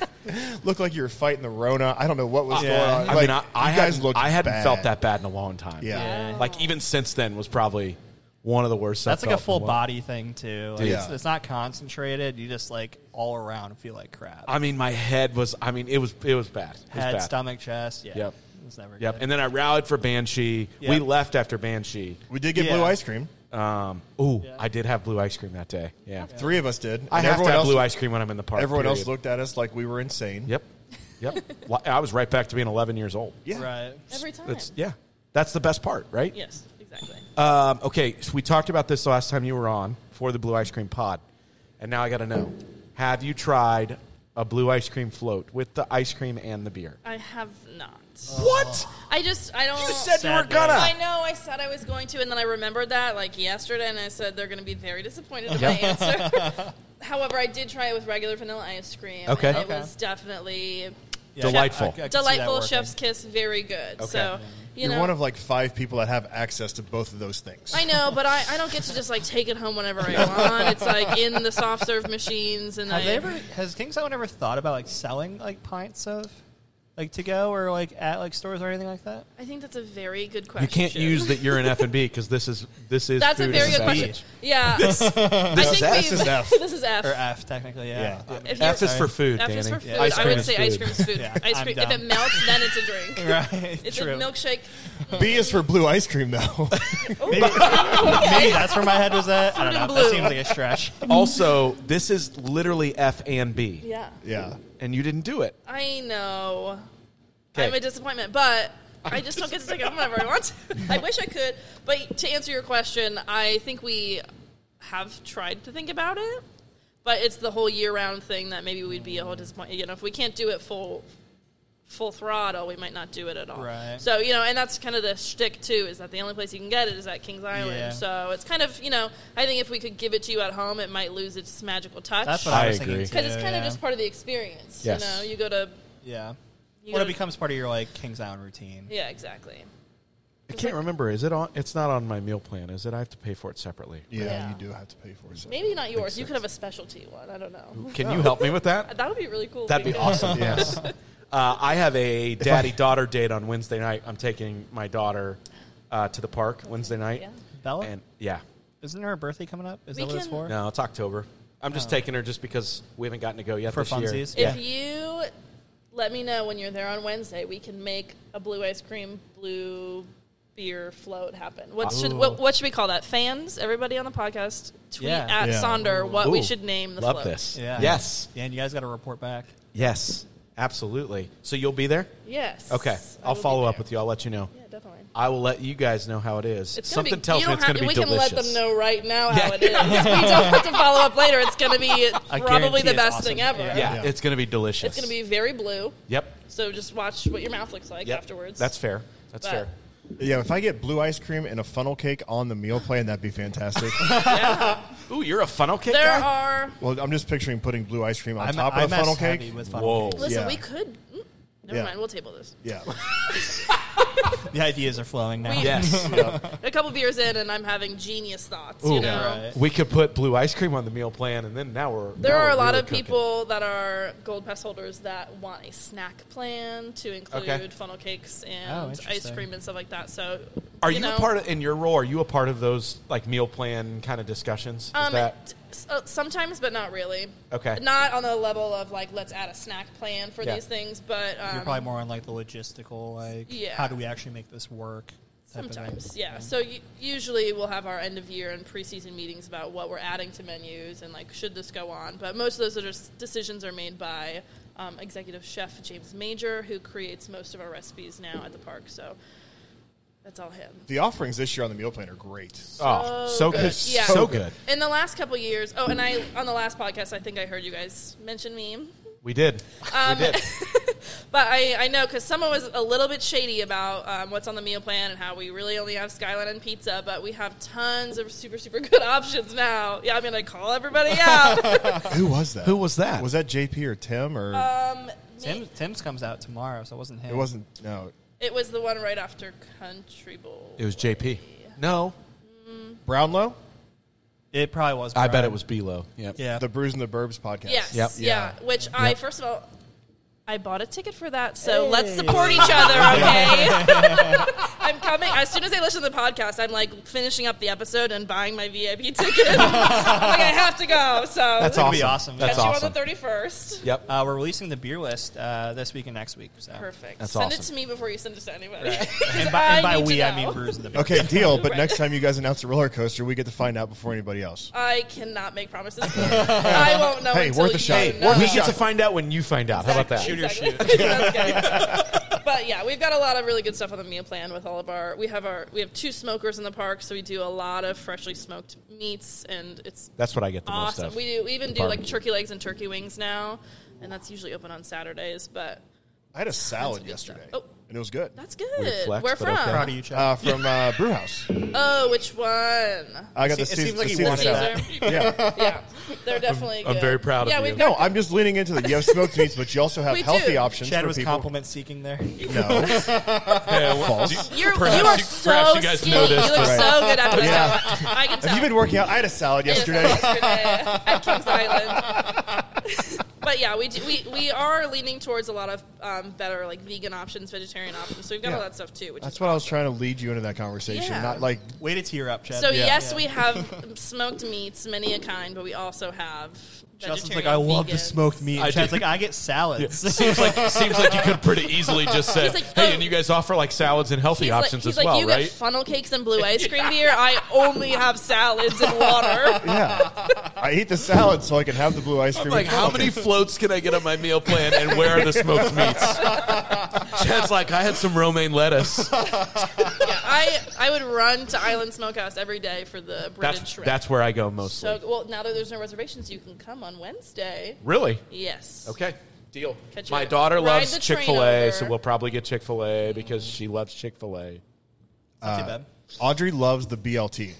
[SPEAKER 1] look like you were fighting the Rona. I don't know what was
[SPEAKER 5] Yeah.
[SPEAKER 1] going on.
[SPEAKER 7] I
[SPEAKER 1] Like,
[SPEAKER 7] mean, I, I,
[SPEAKER 1] you
[SPEAKER 7] hadn't,
[SPEAKER 1] looked
[SPEAKER 7] I hadn't
[SPEAKER 1] bad.
[SPEAKER 7] felt that bad in a long time.
[SPEAKER 1] Yeah.
[SPEAKER 7] Like, even since then was probably one of the worst.
[SPEAKER 5] That's
[SPEAKER 7] I
[SPEAKER 5] like a
[SPEAKER 7] felt in
[SPEAKER 5] full
[SPEAKER 7] while.
[SPEAKER 5] body thing too. Like, it's,
[SPEAKER 1] Yeah.
[SPEAKER 5] it's not concentrated. You just like all around feel like crap.
[SPEAKER 7] I mean, my head was, I mean, it was, it was bad. It was
[SPEAKER 5] Head,
[SPEAKER 7] bad.
[SPEAKER 5] stomach, chest. Yeah.
[SPEAKER 7] Yep.
[SPEAKER 5] It's never
[SPEAKER 7] Yep.
[SPEAKER 5] good.
[SPEAKER 7] And then I rallied for Banshee. We
[SPEAKER 5] Yep.
[SPEAKER 7] left after Banshee.
[SPEAKER 1] We did get
[SPEAKER 5] Yeah.
[SPEAKER 1] blue ice cream.
[SPEAKER 7] Um, ooh,
[SPEAKER 5] Yeah.
[SPEAKER 7] I did have blue ice cream that day. Yeah.
[SPEAKER 1] Three of us did. And
[SPEAKER 7] I have to have
[SPEAKER 1] else,
[SPEAKER 7] blue ice cream when I'm in the park.
[SPEAKER 1] Everyone else
[SPEAKER 7] period.
[SPEAKER 1] looked at us like we were insane.
[SPEAKER 7] Yep. Yep. Li- I was right back to being 11 years old.
[SPEAKER 1] Yeah.
[SPEAKER 5] Right.
[SPEAKER 8] Every time.
[SPEAKER 7] That's yeah. That's the best part, right?
[SPEAKER 8] Yes, exactly.
[SPEAKER 7] Um, okay, so we talked about this the last time you were on for the blue ice cream pod, and now I got to know: Have you tried a blue ice cream float with the ice cream and the beer?
[SPEAKER 8] I have not.
[SPEAKER 7] What
[SPEAKER 8] I just I don't.
[SPEAKER 7] you said you
[SPEAKER 5] Sad
[SPEAKER 7] were
[SPEAKER 5] day.
[SPEAKER 7] gonna?
[SPEAKER 8] I know. I said I was going to, and then I remembered that like yesterday, and I said they're going to be very disappointed in my answer. However, I did try it with regular vanilla ice cream.
[SPEAKER 7] Okay.
[SPEAKER 8] and it
[SPEAKER 5] Okay.
[SPEAKER 8] was definitely
[SPEAKER 5] Yeah,
[SPEAKER 7] Delightful.
[SPEAKER 5] could see that
[SPEAKER 8] delightful.
[SPEAKER 5] working.
[SPEAKER 8] Chef's kiss, very good.
[SPEAKER 7] Okay.
[SPEAKER 8] So you
[SPEAKER 1] You're
[SPEAKER 8] know,
[SPEAKER 1] one of like five people that have access to both of those things.
[SPEAKER 8] I know, but I, I don't get to just like take it home whenever I want. It's like in the soft serve machines, and
[SPEAKER 5] Have
[SPEAKER 8] I
[SPEAKER 5] they ever? Has King Someone ever thought about like selling like pints of, like to go or like at like stores or anything like that?
[SPEAKER 8] I think that's a very good question.
[SPEAKER 7] You can't use that you're in F and B because this is this is
[SPEAKER 8] That's a
[SPEAKER 7] food
[SPEAKER 8] very
[SPEAKER 7] and
[SPEAKER 8] good
[SPEAKER 7] beverage.
[SPEAKER 8] question. Yeah, this, I think
[SPEAKER 7] F.
[SPEAKER 8] we've-
[SPEAKER 1] This is F.
[SPEAKER 8] This is F.
[SPEAKER 5] Or F technically? Yeah.
[SPEAKER 1] Yeah.
[SPEAKER 8] If
[SPEAKER 7] F
[SPEAKER 8] you're-
[SPEAKER 7] is for food,
[SPEAKER 8] F
[SPEAKER 7] Danny.
[SPEAKER 8] is for food.
[SPEAKER 7] Ice
[SPEAKER 8] I
[SPEAKER 7] cream
[SPEAKER 8] would
[SPEAKER 7] is
[SPEAKER 8] say
[SPEAKER 7] food.
[SPEAKER 8] ice cream is food.
[SPEAKER 5] Yeah,
[SPEAKER 8] ice
[SPEAKER 5] I'm
[SPEAKER 8] cream. If
[SPEAKER 5] dumb.
[SPEAKER 8] it melts, then it's a drink.
[SPEAKER 5] Right.
[SPEAKER 8] It's
[SPEAKER 5] True.
[SPEAKER 8] a milkshake.
[SPEAKER 1] B is for blue ice cream, though.
[SPEAKER 5] Maybe that's where my head was at. I don't
[SPEAKER 8] Fruit
[SPEAKER 5] know.
[SPEAKER 8] and
[SPEAKER 5] That
[SPEAKER 8] blue.
[SPEAKER 5] seems like a stretch.
[SPEAKER 7] Also, this is literally F and B,
[SPEAKER 8] Yeah,
[SPEAKER 1] yeah.
[SPEAKER 7] and you didn't do it.
[SPEAKER 8] I know.
[SPEAKER 7] 'Kay.
[SPEAKER 8] I'm a disappointment, but i just don't get to take it home whenever I want. to. I wish I could, but to answer your question, I think we have tried to think about it, but it's the whole year-round thing that maybe we'd be a whole disappointed. You know, if we can't do it full full throttle, we might not do it at all.
[SPEAKER 5] Right.
[SPEAKER 8] So you know, and that's kind of the shtick too, is that the only place you can get it is at Kings Island.
[SPEAKER 5] Yeah.
[SPEAKER 8] So it's kind of you know, I think if we could give it to you at home, it might lose its magical touch.
[SPEAKER 5] That's what
[SPEAKER 7] I
[SPEAKER 5] I, was
[SPEAKER 7] agree.
[SPEAKER 5] thinking.
[SPEAKER 8] because it's
[SPEAKER 5] too,
[SPEAKER 8] kind of
[SPEAKER 5] yeah.
[SPEAKER 8] just part of the experience.
[SPEAKER 7] Yes.
[SPEAKER 8] You know, you go to
[SPEAKER 5] Yeah.
[SPEAKER 8] You
[SPEAKER 5] When it
[SPEAKER 8] gotta-
[SPEAKER 5] becomes part of your like Kings Island routine.
[SPEAKER 8] yeah, exactly.
[SPEAKER 7] I can't remember. Is it on? It's not on my meal plan, is it? I have to pay for it separately.
[SPEAKER 1] yeah,
[SPEAKER 8] Yeah.
[SPEAKER 1] You do have to pay for it. so-
[SPEAKER 8] Maybe not yours. You could have a specialty one. I don't know.
[SPEAKER 7] Can you help me with that?
[SPEAKER 8] That would be really cool.
[SPEAKER 7] That'd be
[SPEAKER 8] because-
[SPEAKER 7] awesome. Yes. Uh, I have a daddy daughter date on Wednesday night. I'm taking my daughter uh, to the park Wednesday night.
[SPEAKER 8] Yeah.
[SPEAKER 5] Bella?
[SPEAKER 7] And yeah,
[SPEAKER 5] Isn't her birthday coming up? Is
[SPEAKER 8] We
[SPEAKER 5] that what it's
[SPEAKER 8] can-
[SPEAKER 5] for?
[SPEAKER 7] no, it's October. I'm just taking her just because we haven't gotten to go yet
[SPEAKER 5] Oh. For
[SPEAKER 7] this year.
[SPEAKER 5] funsies?
[SPEAKER 7] Yeah.
[SPEAKER 8] If you let me know when you're there on Wednesday, we can make a blue ice cream blue beer float happen? What should what, what should we call that? Fans, everybody on the podcast, tweet
[SPEAKER 5] Yeah.
[SPEAKER 8] at
[SPEAKER 1] Yeah.
[SPEAKER 8] Sonder what we
[SPEAKER 3] Ooh,
[SPEAKER 8] should name the
[SPEAKER 3] Love
[SPEAKER 8] float.
[SPEAKER 3] this.
[SPEAKER 5] Yeah.
[SPEAKER 3] Yes.
[SPEAKER 5] Yeah, and you guys got to report back.
[SPEAKER 3] Yes. Absolutely. So you'll be there?
[SPEAKER 8] Yes.
[SPEAKER 3] Okay.
[SPEAKER 8] I
[SPEAKER 3] I'll
[SPEAKER 8] will be
[SPEAKER 3] follow up
[SPEAKER 8] there.
[SPEAKER 3] with you. I'll let you know.
[SPEAKER 8] Yeah, definitely.
[SPEAKER 3] I will let you guys know how it is.
[SPEAKER 8] It's gonna
[SPEAKER 3] Something
[SPEAKER 8] be,
[SPEAKER 3] tells
[SPEAKER 8] you
[SPEAKER 3] me
[SPEAKER 8] don't
[SPEAKER 3] it's going
[SPEAKER 8] have
[SPEAKER 3] to be
[SPEAKER 8] we
[SPEAKER 3] delicious.
[SPEAKER 8] can let them know right now how
[SPEAKER 3] Yeah.
[SPEAKER 8] it is. we don't have to follow up later. It's going to be probably
[SPEAKER 5] guarantee
[SPEAKER 8] the
[SPEAKER 5] it's
[SPEAKER 8] best thing
[SPEAKER 5] awesome.
[SPEAKER 8] ever.
[SPEAKER 3] Yeah,
[SPEAKER 1] Yeah.
[SPEAKER 3] it's going to be delicious.
[SPEAKER 8] It's going to be very blue.
[SPEAKER 3] Yep.
[SPEAKER 8] So just watch what your mouth looks like
[SPEAKER 3] yep.
[SPEAKER 8] afterwards.
[SPEAKER 3] That's fair. That's
[SPEAKER 8] But-
[SPEAKER 3] fair.
[SPEAKER 1] Yeah, if I get blue ice cream and a funnel cake on the meal plan, that'd be fantastic.
[SPEAKER 3] Ooh, you're a funnel cake guy?
[SPEAKER 8] There are.
[SPEAKER 1] well, I'm just picturing putting blue ice cream on
[SPEAKER 5] I'm,
[SPEAKER 1] top
[SPEAKER 5] I'm
[SPEAKER 1] of a funnel
[SPEAKER 5] as heavy
[SPEAKER 1] cake.
[SPEAKER 5] With funnel
[SPEAKER 3] Whoa.
[SPEAKER 5] cake.
[SPEAKER 8] Listen,
[SPEAKER 1] Yeah.
[SPEAKER 8] we could. mm, Never
[SPEAKER 1] Yeah.
[SPEAKER 8] mind. We'll table this.
[SPEAKER 1] Yeah.
[SPEAKER 5] The ideas are flowing now.
[SPEAKER 3] Yes.
[SPEAKER 8] A couple beers in, and I'm having genius thoughts. you know,
[SPEAKER 5] Right.
[SPEAKER 3] We could put blue ice cream on the meal plan, and then now we're.
[SPEAKER 8] there
[SPEAKER 3] now
[SPEAKER 8] are a
[SPEAKER 3] we're
[SPEAKER 8] lot
[SPEAKER 3] really
[SPEAKER 8] of
[SPEAKER 3] cooking.
[SPEAKER 8] people that are gold pass holders that want a snack plan to include funnel cakes
[SPEAKER 5] Oh,
[SPEAKER 8] and ice
[SPEAKER 5] interesting.
[SPEAKER 8] cream and stuff like that. So,
[SPEAKER 3] Are you,
[SPEAKER 8] know,
[SPEAKER 3] a part of in your role? Are you a part of those like meal plan kind of discussions? Is
[SPEAKER 8] Um,
[SPEAKER 3] that
[SPEAKER 8] t- s- uh, sometimes, but not really.
[SPEAKER 3] Okay.
[SPEAKER 8] Not on the level of like let's add a snack plan for
[SPEAKER 3] Yeah.
[SPEAKER 8] these things, but um,
[SPEAKER 5] You're probably more on like the logistical, like
[SPEAKER 8] Yeah.
[SPEAKER 5] how do we actually make this work? type of thing.
[SPEAKER 8] sometimes, yeah. So y- usually we'll have our end of year and preseason meetings about what we're adding to menus and like should this go on. But most of those are just decisions are made by um, executive chef James Major, who creates most of our recipes now at the park. So that's all him.
[SPEAKER 1] The offerings this year on the meal plan are great.
[SPEAKER 3] oh, so good,
[SPEAKER 8] Yeah.
[SPEAKER 3] so good.
[SPEAKER 8] In the last couple years, oh, and I on the last podcast, I think I heard you guys mention me.
[SPEAKER 3] We did.
[SPEAKER 8] Um,
[SPEAKER 3] we did.
[SPEAKER 8] But I, I know because someone was a little bit shady about um, what's on the meal plan and how we really only have Skyline and pizza, but we have tons of super, super good options now. Yeah, I'm going to call everybody out.
[SPEAKER 1] Who was that?
[SPEAKER 7] Who was that?
[SPEAKER 1] Was that JP or Tim or
[SPEAKER 5] Tim, Tim's comes out tomorrow, so it wasn't him.
[SPEAKER 1] it wasn't? No,
[SPEAKER 8] it was the one right after Country Bowl.
[SPEAKER 7] It was JP. No,
[SPEAKER 1] Brownlow,
[SPEAKER 5] It probably was.
[SPEAKER 7] I
[SPEAKER 5] Brian.
[SPEAKER 7] bet it was Belo. Yep.
[SPEAKER 5] Yeah.
[SPEAKER 1] the Brews and the Burbs podcast.
[SPEAKER 8] Yes.
[SPEAKER 7] Yep.
[SPEAKER 8] Yeah.
[SPEAKER 1] Yeah.
[SPEAKER 8] Which I,
[SPEAKER 7] Yep.
[SPEAKER 8] first of all, I bought a ticket for that, so let's support each other, okay? I'm coming. As soon as I listen to the podcast, I'm like finishing up the episode and buying my VIP ticket. like, I have to go. So
[SPEAKER 3] That's
[SPEAKER 5] That'd
[SPEAKER 3] awesome.
[SPEAKER 5] be awesome.
[SPEAKER 3] That's
[SPEAKER 8] catch
[SPEAKER 3] awesome.
[SPEAKER 8] you on the 31st.
[SPEAKER 3] Yep.
[SPEAKER 5] Uh, we're releasing the beer list uh, this week and next week. So.
[SPEAKER 8] Perfect.
[SPEAKER 7] That's
[SPEAKER 8] send it
[SPEAKER 7] awesome.
[SPEAKER 8] to me before you send it to anybody.
[SPEAKER 5] And by, and
[SPEAKER 8] I
[SPEAKER 5] by
[SPEAKER 8] need to
[SPEAKER 5] we, I
[SPEAKER 8] know.
[SPEAKER 5] mean Bruce and the beer.
[SPEAKER 1] Okay, deal. But next time you guys announce a roller coaster, we get to find out before anybody else.
[SPEAKER 8] I cannot make promises. I won't know
[SPEAKER 1] Hey,
[SPEAKER 8] until
[SPEAKER 1] worth a
[SPEAKER 8] you
[SPEAKER 1] shot.
[SPEAKER 8] know.
[SPEAKER 1] Hey, worth a
[SPEAKER 3] we get to find out when you find out. How about that?
[SPEAKER 8] Exactly. Exactly. That's good. but yeah, we've got a lot of really good stuff on the meal plan with all of our. We have our we have two smokers in the park, so we do a lot of freshly smoked meats, and it's
[SPEAKER 3] That's what I get the most
[SPEAKER 8] awesome.
[SPEAKER 3] of.
[SPEAKER 8] We do we even do
[SPEAKER 3] Barbecue.
[SPEAKER 8] like turkey legs and turkey wings now, and that's usually open on Saturdays. But
[SPEAKER 1] I had a salad
[SPEAKER 8] good stuff.
[SPEAKER 1] yesterday,
[SPEAKER 8] Oh.
[SPEAKER 1] and it was good.
[SPEAKER 8] that's good.
[SPEAKER 3] flex,
[SPEAKER 8] Where
[SPEAKER 3] but okay.
[SPEAKER 8] from?
[SPEAKER 5] Proud of you, Chuck.
[SPEAKER 1] Uh, from uh, Brewhouse,
[SPEAKER 8] Oh, which one?
[SPEAKER 1] I got
[SPEAKER 5] It
[SPEAKER 1] the Caesar.
[SPEAKER 5] seems like
[SPEAKER 1] the
[SPEAKER 5] he
[SPEAKER 1] Caesar
[SPEAKER 5] wanted
[SPEAKER 1] salad.
[SPEAKER 8] Caesar.
[SPEAKER 1] Yeah.
[SPEAKER 8] yeah, they're definitely.
[SPEAKER 3] I'm
[SPEAKER 8] good.
[SPEAKER 3] very proud of
[SPEAKER 8] yeah,
[SPEAKER 3] you.
[SPEAKER 8] We've got
[SPEAKER 1] No, I'm just leaning into the you have smoked meats, but you also have
[SPEAKER 8] We
[SPEAKER 1] healthy
[SPEAKER 8] do.
[SPEAKER 1] options.
[SPEAKER 5] Chad
[SPEAKER 1] for
[SPEAKER 5] was
[SPEAKER 1] people.
[SPEAKER 5] compliment seeking there.
[SPEAKER 1] No, false.
[SPEAKER 8] You're, you
[SPEAKER 3] Perhaps
[SPEAKER 8] are
[SPEAKER 3] you-
[SPEAKER 8] so
[SPEAKER 3] perhaps you guys
[SPEAKER 8] skinny.
[SPEAKER 3] know this,
[SPEAKER 8] you look
[SPEAKER 1] but-
[SPEAKER 8] so good after
[SPEAKER 1] Yeah.
[SPEAKER 8] that. I can tell.
[SPEAKER 1] Have you been working out? I had a salad
[SPEAKER 8] Yes,
[SPEAKER 1] yesterday.
[SPEAKER 8] yesterday at Kings Island. but yeah, we do, we we are leaning towards a lot of um, better like vegan options, vegetarian options. So we've got all
[SPEAKER 1] Yeah.
[SPEAKER 8] that stuff too. Which
[SPEAKER 1] That's
[SPEAKER 8] is
[SPEAKER 1] what I was trying to lead you into that conversation.
[SPEAKER 8] Yeah.
[SPEAKER 1] Not like
[SPEAKER 5] Way to tear up, Chad.
[SPEAKER 8] So
[SPEAKER 1] Yeah.
[SPEAKER 8] yes, we have smoked meats, many a kind, but we also have.
[SPEAKER 5] Justin's
[SPEAKER 8] vegetarian,
[SPEAKER 5] like, I love
[SPEAKER 8] vegan.
[SPEAKER 5] the smoked meat.
[SPEAKER 3] I
[SPEAKER 5] And Chad's
[SPEAKER 3] do.
[SPEAKER 5] like, I get salads.
[SPEAKER 3] seems like seems like you could pretty easily just say,
[SPEAKER 8] He's like,
[SPEAKER 3] "Hey,
[SPEAKER 8] oh.
[SPEAKER 3] and you guys offer like salads and healthy
[SPEAKER 8] He's like,
[SPEAKER 3] options
[SPEAKER 8] he's
[SPEAKER 3] as
[SPEAKER 8] like,
[SPEAKER 3] well,
[SPEAKER 8] you
[SPEAKER 3] right?"
[SPEAKER 8] get funnel cakes and blue ice cream beer. I only have salads and water.
[SPEAKER 1] yeah. I eat the salad so I can have the blue ice cream.
[SPEAKER 7] I'm like,
[SPEAKER 1] and
[SPEAKER 7] how
[SPEAKER 1] funnel
[SPEAKER 7] many floats can I get on my meal plan, and where are the smoked meats? Chad's like, I had some romaine lettuce.
[SPEAKER 8] yeah, I I would run to Island Smokehouse every day for the breaded
[SPEAKER 3] that's
[SPEAKER 8] shrimp.
[SPEAKER 3] that's where I go mostly.
[SPEAKER 8] so well. Now that there's no reservations, you can come on Wednesday.
[SPEAKER 3] really?
[SPEAKER 8] Yes.
[SPEAKER 3] Okay. Deal.
[SPEAKER 8] Catch
[SPEAKER 3] My
[SPEAKER 8] it.
[SPEAKER 3] daughter
[SPEAKER 8] Ride
[SPEAKER 3] loves
[SPEAKER 8] the
[SPEAKER 3] Chick
[SPEAKER 8] train
[SPEAKER 3] fil A,
[SPEAKER 8] over.
[SPEAKER 3] so we'll probably get Chick fil A because she loves Chick fil A.
[SPEAKER 5] Not too bad.
[SPEAKER 1] cake. Audrey loves the BLT. It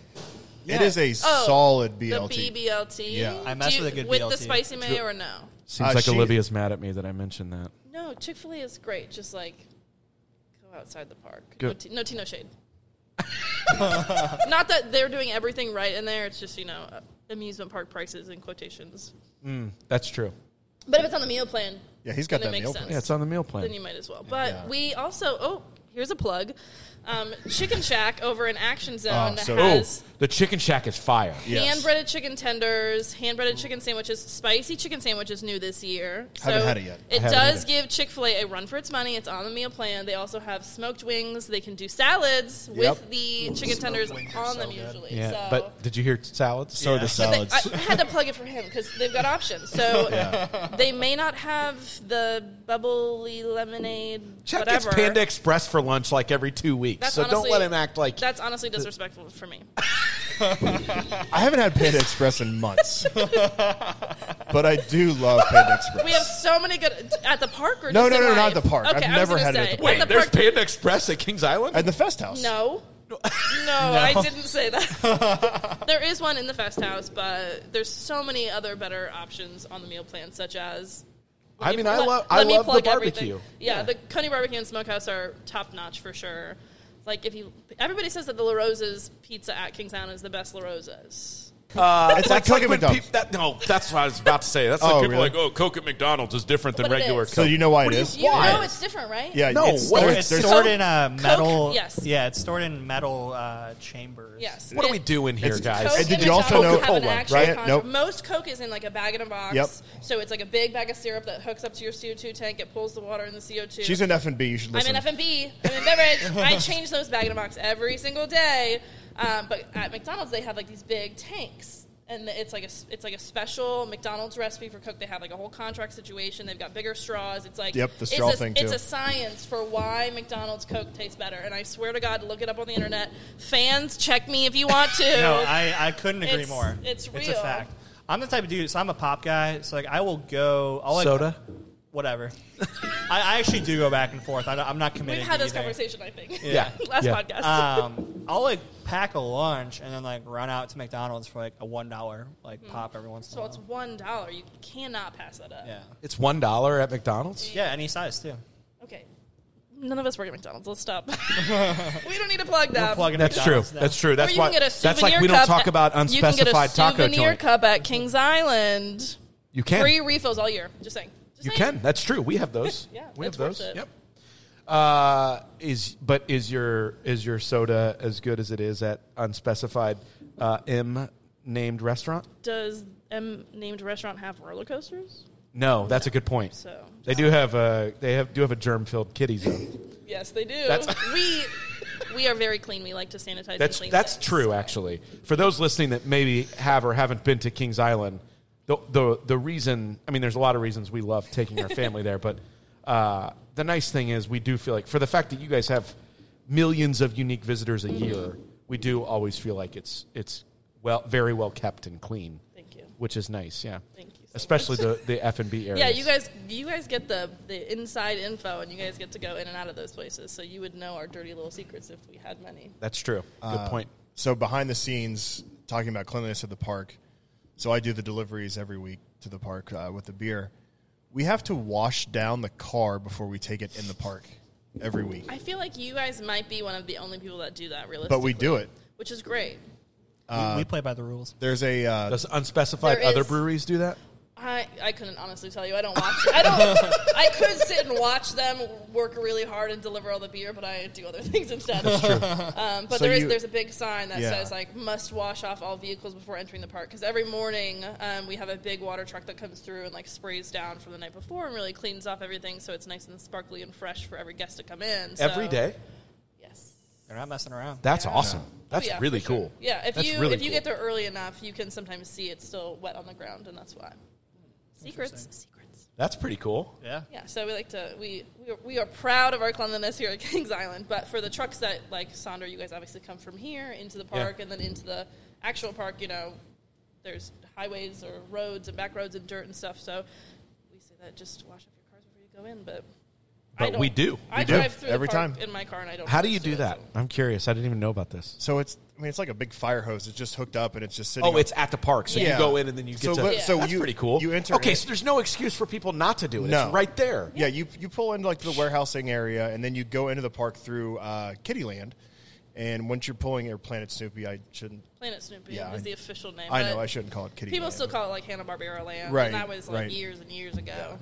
[SPEAKER 5] Yeah.
[SPEAKER 1] is a
[SPEAKER 8] Oh,
[SPEAKER 1] solid
[SPEAKER 8] The
[SPEAKER 1] BLT.
[SPEAKER 8] BBLT.
[SPEAKER 1] Yeah. I
[SPEAKER 8] Do
[SPEAKER 5] mess
[SPEAKER 8] you-
[SPEAKER 5] with a good
[SPEAKER 8] With the
[SPEAKER 5] BLT.
[SPEAKER 8] spicy mayo or no?
[SPEAKER 3] Seems
[SPEAKER 1] Uh,
[SPEAKER 3] like
[SPEAKER 1] she-
[SPEAKER 3] Olivia's mad at me that I mentioned that.
[SPEAKER 8] No, Chick Fil A is great. Just like go outside the park. No,
[SPEAKER 3] Good.
[SPEAKER 8] tea, no tea, no shade. Not that they're doing everything right in there. It's just you know amusement park prices in quotations.
[SPEAKER 3] That's true.
[SPEAKER 8] But if it's on the meal plan,
[SPEAKER 1] yeah, he's got
[SPEAKER 8] Then
[SPEAKER 1] that
[SPEAKER 8] it makes
[SPEAKER 1] meal
[SPEAKER 8] sense.
[SPEAKER 1] plan.
[SPEAKER 3] Yeah, it's on the meal
[SPEAKER 8] then
[SPEAKER 3] plan.
[SPEAKER 8] you might as well. But
[SPEAKER 1] Yeah.
[SPEAKER 8] we also oh here's a plug. Um, Chicken Shack over in Action Zone
[SPEAKER 1] Oh, so-
[SPEAKER 3] Oh,
[SPEAKER 8] has
[SPEAKER 3] the chicken shack is fire.
[SPEAKER 1] Yes.
[SPEAKER 8] hand breaded chicken tenders, hand breaded chicken sandwiches, spicy chicken sandwiches new this year.
[SPEAKER 1] Haven't had it yet.
[SPEAKER 8] It
[SPEAKER 3] haven't
[SPEAKER 8] does
[SPEAKER 3] either.
[SPEAKER 8] give Chick fil A a run for its money. It's on the meal plan. They also have smoked wings. They can do salads with the chicken tenders on them usually.
[SPEAKER 3] Yeah,
[SPEAKER 8] so.
[SPEAKER 3] but did you hear salads?
[SPEAKER 1] So are the
[SPEAKER 5] Yeah.
[SPEAKER 8] But
[SPEAKER 1] salads.
[SPEAKER 8] They, I had to plug it for him because they've got options. So they may not have the bubbly lemonade.
[SPEAKER 7] Chuck
[SPEAKER 8] whatever.
[SPEAKER 7] gets Panda Express for lunch like every two weeks,
[SPEAKER 8] That's
[SPEAKER 7] so don't
[SPEAKER 8] honestly-
[SPEAKER 7] let him act like
[SPEAKER 8] That's honestly disrespectful for me.
[SPEAKER 1] I haven't had Panda Express in months, but I do love Panda Express.
[SPEAKER 8] We have so many good at the park or
[SPEAKER 1] No,
[SPEAKER 8] just
[SPEAKER 1] no, no,
[SPEAKER 8] in
[SPEAKER 1] not
[SPEAKER 8] life?
[SPEAKER 1] at the park.
[SPEAKER 8] Okay,
[SPEAKER 1] I've
[SPEAKER 8] I was
[SPEAKER 1] never
[SPEAKER 8] gonna
[SPEAKER 1] had it at
[SPEAKER 8] say,
[SPEAKER 1] the park.
[SPEAKER 8] At the
[SPEAKER 7] there's
[SPEAKER 8] park,
[SPEAKER 7] Panda Express at Kings Island.
[SPEAKER 1] At the Fest House.
[SPEAKER 8] no. No, I didn't say that. there is one in the Fest House, but there's so many other better options on the meal plan, such as.
[SPEAKER 3] I mean, I
[SPEAKER 8] Let-
[SPEAKER 3] love I
[SPEAKER 8] let me
[SPEAKER 3] love the
[SPEAKER 8] plug
[SPEAKER 3] barbecue.
[SPEAKER 8] everything. Yeah, the Coney Barbecue and Smokehouse are top notch for sure. Like if you, everybody says that the La Rosa's pizza at Kings Island is the best La Rosa's.
[SPEAKER 1] it's like Cook at
[SPEAKER 7] when
[SPEAKER 1] McDonald's.
[SPEAKER 7] peop- that, no, that's what I was about to say. That's
[SPEAKER 1] Oh,
[SPEAKER 7] like people
[SPEAKER 1] really?
[SPEAKER 7] like, oh, Coke at McDonald's is different than
[SPEAKER 8] But it
[SPEAKER 7] regular
[SPEAKER 8] is.
[SPEAKER 7] Coke.
[SPEAKER 1] so you know why it is?
[SPEAKER 8] You know it's different, right?
[SPEAKER 1] Yeah,
[SPEAKER 7] No
[SPEAKER 1] it's,
[SPEAKER 7] way.
[SPEAKER 1] there's-
[SPEAKER 5] It's
[SPEAKER 1] there's-
[SPEAKER 5] stored in a
[SPEAKER 8] Coke?
[SPEAKER 5] metal.
[SPEAKER 8] Yes.
[SPEAKER 5] Yeah, it's stored in metal uh, chambers.
[SPEAKER 8] Yes.
[SPEAKER 7] what are we
[SPEAKER 8] It-
[SPEAKER 7] doing here,
[SPEAKER 1] It's-
[SPEAKER 7] guys?
[SPEAKER 8] Coke
[SPEAKER 1] And did
[SPEAKER 8] and
[SPEAKER 1] you also know-
[SPEAKER 8] McDonald's have an
[SPEAKER 1] Coca-Cola,
[SPEAKER 8] actual
[SPEAKER 1] right?
[SPEAKER 8] contract.
[SPEAKER 1] Nope.
[SPEAKER 8] Most Coke is in like a bag in a box.
[SPEAKER 1] Yep.
[SPEAKER 8] So it's like a big bag of syrup that hooks up to your CO2 tank. It pulls the water and the CO2.
[SPEAKER 1] she's in F and B. You should
[SPEAKER 8] I'm
[SPEAKER 1] listen.
[SPEAKER 8] in F&B. I'm in beverage. I change those bag in a box every single day. Um, but at McDonald's, they have like these big tanks. And it's like a s- it's like a special McDonald's recipe for Coke. They have like a whole contract situation. They've got bigger straws. It's like
[SPEAKER 1] Yep, the
[SPEAKER 8] it's
[SPEAKER 1] straw
[SPEAKER 8] a-
[SPEAKER 1] thing,
[SPEAKER 8] It's
[SPEAKER 1] too.
[SPEAKER 8] a science for why McDonald's Coke tastes better. And I swear to God, look it up on the internet. Fans, check me if you want to.
[SPEAKER 5] No, I, I couldn't agree
[SPEAKER 8] It's-
[SPEAKER 5] more.
[SPEAKER 8] it's
[SPEAKER 5] It's a
[SPEAKER 8] real.
[SPEAKER 5] fact. I'm the type of dude. So I'm a pop guy. So like I will go. I'll like,
[SPEAKER 7] Soda?
[SPEAKER 5] Whatever. I, I actually do go back and forth. I, am not committed.
[SPEAKER 8] We've had
[SPEAKER 5] to
[SPEAKER 8] this
[SPEAKER 5] either.
[SPEAKER 8] conversation, I think.
[SPEAKER 7] Yeah.
[SPEAKER 8] Last
[SPEAKER 7] Yeah.
[SPEAKER 8] podcast.
[SPEAKER 5] Um, I'll like pack a lunch and then like run out to McDonald's for like a one dollar like pop every once in a
[SPEAKER 8] Mm. so
[SPEAKER 5] while.
[SPEAKER 8] it's one dollar. You cannot pass that up.
[SPEAKER 5] yeah.
[SPEAKER 7] It's one dollar at McDonald's.
[SPEAKER 5] Yeah, any size too.
[SPEAKER 8] Okay. None of us work at McDonald's. Let's stop. we don't need to plug them.
[SPEAKER 5] Plug in
[SPEAKER 7] That's true.
[SPEAKER 5] McDonald's now.
[SPEAKER 7] That's true.
[SPEAKER 8] or
[SPEAKER 7] That's
[SPEAKER 8] you
[SPEAKER 7] why.
[SPEAKER 8] can get a
[SPEAKER 7] That's
[SPEAKER 8] souvenir
[SPEAKER 7] like we don't
[SPEAKER 8] cup
[SPEAKER 7] talk
[SPEAKER 8] at-
[SPEAKER 7] about
[SPEAKER 8] you can get a
[SPEAKER 7] unspecified taco
[SPEAKER 8] souvenir
[SPEAKER 7] joint.
[SPEAKER 8] cup at Kings Island.
[SPEAKER 7] You can.
[SPEAKER 8] Free refills all year. Just saying. Just
[SPEAKER 7] You
[SPEAKER 8] saying.
[SPEAKER 7] can. That's true. We have those.
[SPEAKER 8] Yeah,
[SPEAKER 7] we have
[SPEAKER 8] it's worth
[SPEAKER 7] those.
[SPEAKER 8] it.
[SPEAKER 7] Yep. Uh, is but is your is your soda as good as it is at unspecified uh, M named restaurant?
[SPEAKER 8] Does M named restaurant have roller coasters?
[SPEAKER 7] No, that's a good point.
[SPEAKER 8] So-
[SPEAKER 7] they do have
[SPEAKER 3] uh,
[SPEAKER 7] a they have do have a germ filled kitty zone.
[SPEAKER 8] Yes, they do.
[SPEAKER 7] That's-
[SPEAKER 8] we we are very clean. We like to sanitize. and
[SPEAKER 7] that's
[SPEAKER 8] clean
[SPEAKER 7] that's
[SPEAKER 8] things.
[SPEAKER 7] true actually. For those listening that maybe have or haven't been to Kings Island, the the the reason I mean there's a lot of reasons we love taking our family there, but uh, the nice thing is we do feel like for the fact that you guys have millions of unique visitors a year, we do always feel like it's it's well very well kept and clean.
[SPEAKER 8] Thank you.
[SPEAKER 7] Which is nice, yeah.
[SPEAKER 8] Thank you so
[SPEAKER 7] Especially the the F and B areas.
[SPEAKER 8] Yeah, you guys, you guys get the the inside info, and you guys get to go in and out of those places, so you would know our dirty little secrets if we had money.
[SPEAKER 7] That's true. Good point.
[SPEAKER 1] so behind the scenes, talking about cleanliness at the park. So I do the deliveries every week to the park uh, with the beer. We have to wash down the car before we take it in the park every week,
[SPEAKER 8] I feel like you guys might be one of the only people that do that realistically,
[SPEAKER 1] but we do it.
[SPEAKER 8] which is great.
[SPEAKER 5] we, we play by the rules.
[SPEAKER 1] There's a uh,
[SPEAKER 7] Does unspecified
[SPEAKER 8] There
[SPEAKER 7] other
[SPEAKER 8] is-
[SPEAKER 7] breweries do that?
[SPEAKER 8] I, I couldn't honestly tell you. I don't watch. I don't. I could sit and watch them work really hard and deliver all the beer, but I do other things instead. That's true. Um,
[SPEAKER 1] So
[SPEAKER 8] but there is
[SPEAKER 1] you-
[SPEAKER 8] there's a big sign that
[SPEAKER 1] Yeah.
[SPEAKER 8] says like must wash off all vehicles before entering the park because every morning um, we have a big water truck that comes through and like sprays down from the night before and really cleans off everything so it's nice and sparkly and fresh for every guest to come in. So,
[SPEAKER 7] Every day?
[SPEAKER 8] Yes.
[SPEAKER 5] They're not messing around.
[SPEAKER 7] That's awesome.
[SPEAKER 8] Oh,
[SPEAKER 7] That's
[SPEAKER 8] yeah,
[SPEAKER 7] really
[SPEAKER 8] for sure.
[SPEAKER 7] cool.
[SPEAKER 8] Yeah, if
[SPEAKER 7] That's
[SPEAKER 8] you
[SPEAKER 7] really
[SPEAKER 8] if you
[SPEAKER 7] cool.
[SPEAKER 8] get there early enough, you can sometimes see it's still wet on the ground, and that's why. Secrets, secrets.
[SPEAKER 7] That's pretty cool.
[SPEAKER 5] Yeah.
[SPEAKER 8] Yeah, so we like to we we are, we are proud of our cleanliness here at Kings Island. But for the trucks that like Sonder, you guys obviously come from here into the park and then into the actual park. You know, there's highways or roads and back roads and dirt and stuff. So we say that just wash up your cars before you go in. But I
[SPEAKER 7] But
[SPEAKER 8] don't-
[SPEAKER 7] we do.
[SPEAKER 8] I
[SPEAKER 7] We do.
[SPEAKER 8] drive through the
[SPEAKER 1] Every
[SPEAKER 8] park
[SPEAKER 1] time.
[SPEAKER 8] in my car, and I don't.
[SPEAKER 7] How do you do
[SPEAKER 8] it,
[SPEAKER 7] that?
[SPEAKER 8] so-
[SPEAKER 7] I'm curious. I didn't even know about this.
[SPEAKER 1] so it's I mean it's like a big fire hose. It's just hooked up and it's just sitting.
[SPEAKER 7] Oh,
[SPEAKER 1] on-
[SPEAKER 7] it's at the park, so
[SPEAKER 1] Yeah.
[SPEAKER 7] you go in and then you get
[SPEAKER 1] So,
[SPEAKER 7] to.
[SPEAKER 1] but- so
[SPEAKER 7] that's
[SPEAKER 1] you-
[SPEAKER 7] pretty cool.
[SPEAKER 1] you enter
[SPEAKER 7] Okay,
[SPEAKER 1] it-
[SPEAKER 7] so there's no excuse for people not to do it.
[SPEAKER 1] No.
[SPEAKER 7] It's right there.
[SPEAKER 1] Yeah, you you pull into like the warehousing area, and then you go into the park through uh, Kittyland. And once you're pulling your Planet Snoopy, I shouldn't.
[SPEAKER 8] Planet Snoopy
[SPEAKER 1] Yeah,
[SPEAKER 8] is
[SPEAKER 1] I-
[SPEAKER 8] the official name.
[SPEAKER 1] I know
[SPEAKER 8] but
[SPEAKER 1] I shouldn't call it Kitty.
[SPEAKER 8] People still call it like Hanna Barbera Land,
[SPEAKER 1] Right,
[SPEAKER 8] and that was like
[SPEAKER 1] right.
[SPEAKER 8] years and years ago.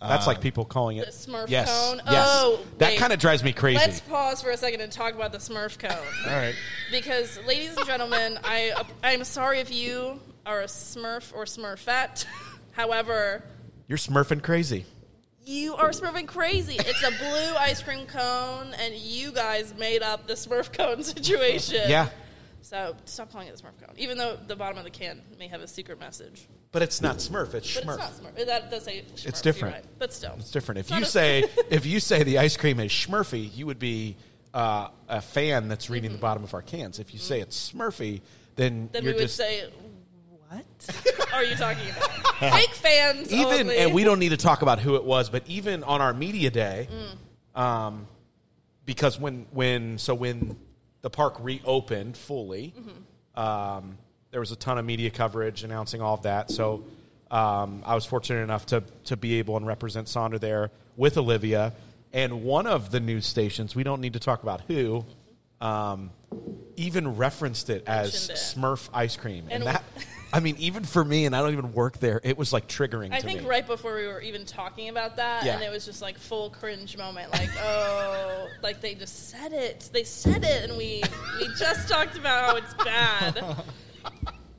[SPEAKER 3] That's
[SPEAKER 7] Uh,
[SPEAKER 3] like people calling it
[SPEAKER 8] The Smurf
[SPEAKER 3] yes,
[SPEAKER 8] cone?
[SPEAKER 3] Yes.
[SPEAKER 8] Oh,
[SPEAKER 3] that
[SPEAKER 8] wait.
[SPEAKER 3] kind of drives me crazy.
[SPEAKER 8] Let's pause for a second and talk about the Smurf cone.
[SPEAKER 1] All right.
[SPEAKER 8] because, ladies and gentlemen, I I'm sorry if you are a Smurf or Smurfette. However,
[SPEAKER 3] You're smurfing crazy.
[SPEAKER 8] you are Smurfing crazy. It's a blue ice cream cone, and you guys made up the Smurf cone situation.
[SPEAKER 3] Yeah,
[SPEAKER 8] So stop calling it the Smurf cone, even though the bottom of the can may have a secret message.
[SPEAKER 3] but it's not smurf. It's
[SPEAKER 8] But
[SPEAKER 3] smurf.
[SPEAKER 8] it's not Smurf. That does say Smurf,
[SPEAKER 3] It's different.
[SPEAKER 8] you're right. But still,
[SPEAKER 3] It's different. If
[SPEAKER 8] not
[SPEAKER 3] you
[SPEAKER 8] a-
[SPEAKER 3] say if you say the ice cream is Smurfy, you would be uh, a fan that's reading the bottom of our cans. If you say it's Smurfy, then,
[SPEAKER 8] Mm-hmm. then we
[SPEAKER 3] you're
[SPEAKER 8] would
[SPEAKER 3] just
[SPEAKER 8] say, "What are you talking about?" Fake fans.
[SPEAKER 3] even,
[SPEAKER 8] only.
[SPEAKER 3] and we don't need to talk about who it was, but even on our media day, um, because when when so when the park reopened fully, um, there was a ton of media coverage announcing all of that. So um, I was fortunate enough to to be able and represent Sonder there with Olivia, and one of the news stations we don't need to talk about who. Um, even referenced it as
[SPEAKER 8] Mentioned it.
[SPEAKER 3] Smurf ice cream, and,
[SPEAKER 8] And-
[SPEAKER 3] that, I mean, even for me, and I don't even work there, it was like triggering.
[SPEAKER 8] I
[SPEAKER 3] to
[SPEAKER 8] think
[SPEAKER 3] me.
[SPEAKER 8] right before we were even talking about that,
[SPEAKER 3] Yeah.
[SPEAKER 8] and it was just like full cringe moment. Like, oh, like they just said it. They said it, and we we just talked about how it's bad.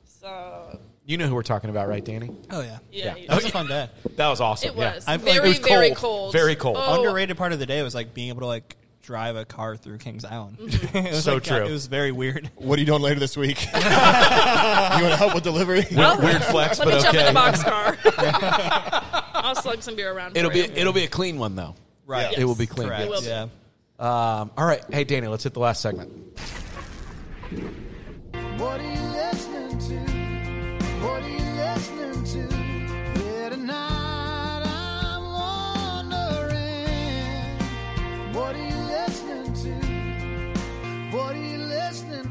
[SPEAKER 8] So
[SPEAKER 3] You know who we're talking about, right, Danny?
[SPEAKER 5] Oh yeah,
[SPEAKER 8] yeah,
[SPEAKER 3] Yeah.
[SPEAKER 8] you
[SPEAKER 5] That was a fun day.
[SPEAKER 3] That was awesome.
[SPEAKER 8] It
[SPEAKER 3] yeah.
[SPEAKER 8] was
[SPEAKER 5] I feel like
[SPEAKER 8] very
[SPEAKER 5] it was
[SPEAKER 8] very
[SPEAKER 3] cold.
[SPEAKER 8] cold.
[SPEAKER 3] Very cold.
[SPEAKER 8] Oh,
[SPEAKER 5] Underrated part of the day was like being able to like drive a car through Kings Island.
[SPEAKER 8] Mm-hmm.
[SPEAKER 5] It was,
[SPEAKER 3] So
[SPEAKER 5] like,
[SPEAKER 3] true.
[SPEAKER 5] It was very weird.
[SPEAKER 1] What are you doing later this week? you want to help with delivery?
[SPEAKER 3] Weird, weird flex,
[SPEAKER 8] Let
[SPEAKER 3] but
[SPEAKER 8] me jump
[SPEAKER 3] okay.
[SPEAKER 8] in the boxcar. I'll slug some beer around.
[SPEAKER 7] It'll
[SPEAKER 8] for
[SPEAKER 7] be
[SPEAKER 8] you.
[SPEAKER 7] it'll be a clean one though.
[SPEAKER 5] Right.
[SPEAKER 8] Yes.
[SPEAKER 7] It will be clean.
[SPEAKER 5] Correct.
[SPEAKER 8] It will be.
[SPEAKER 5] Yeah.
[SPEAKER 7] Um, all right, hey Danny, let's hit the last segment.
[SPEAKER 10] What are you listening to? What are you listening to? Yeah, tonight I'm wondering. What are you listening to? What are you listening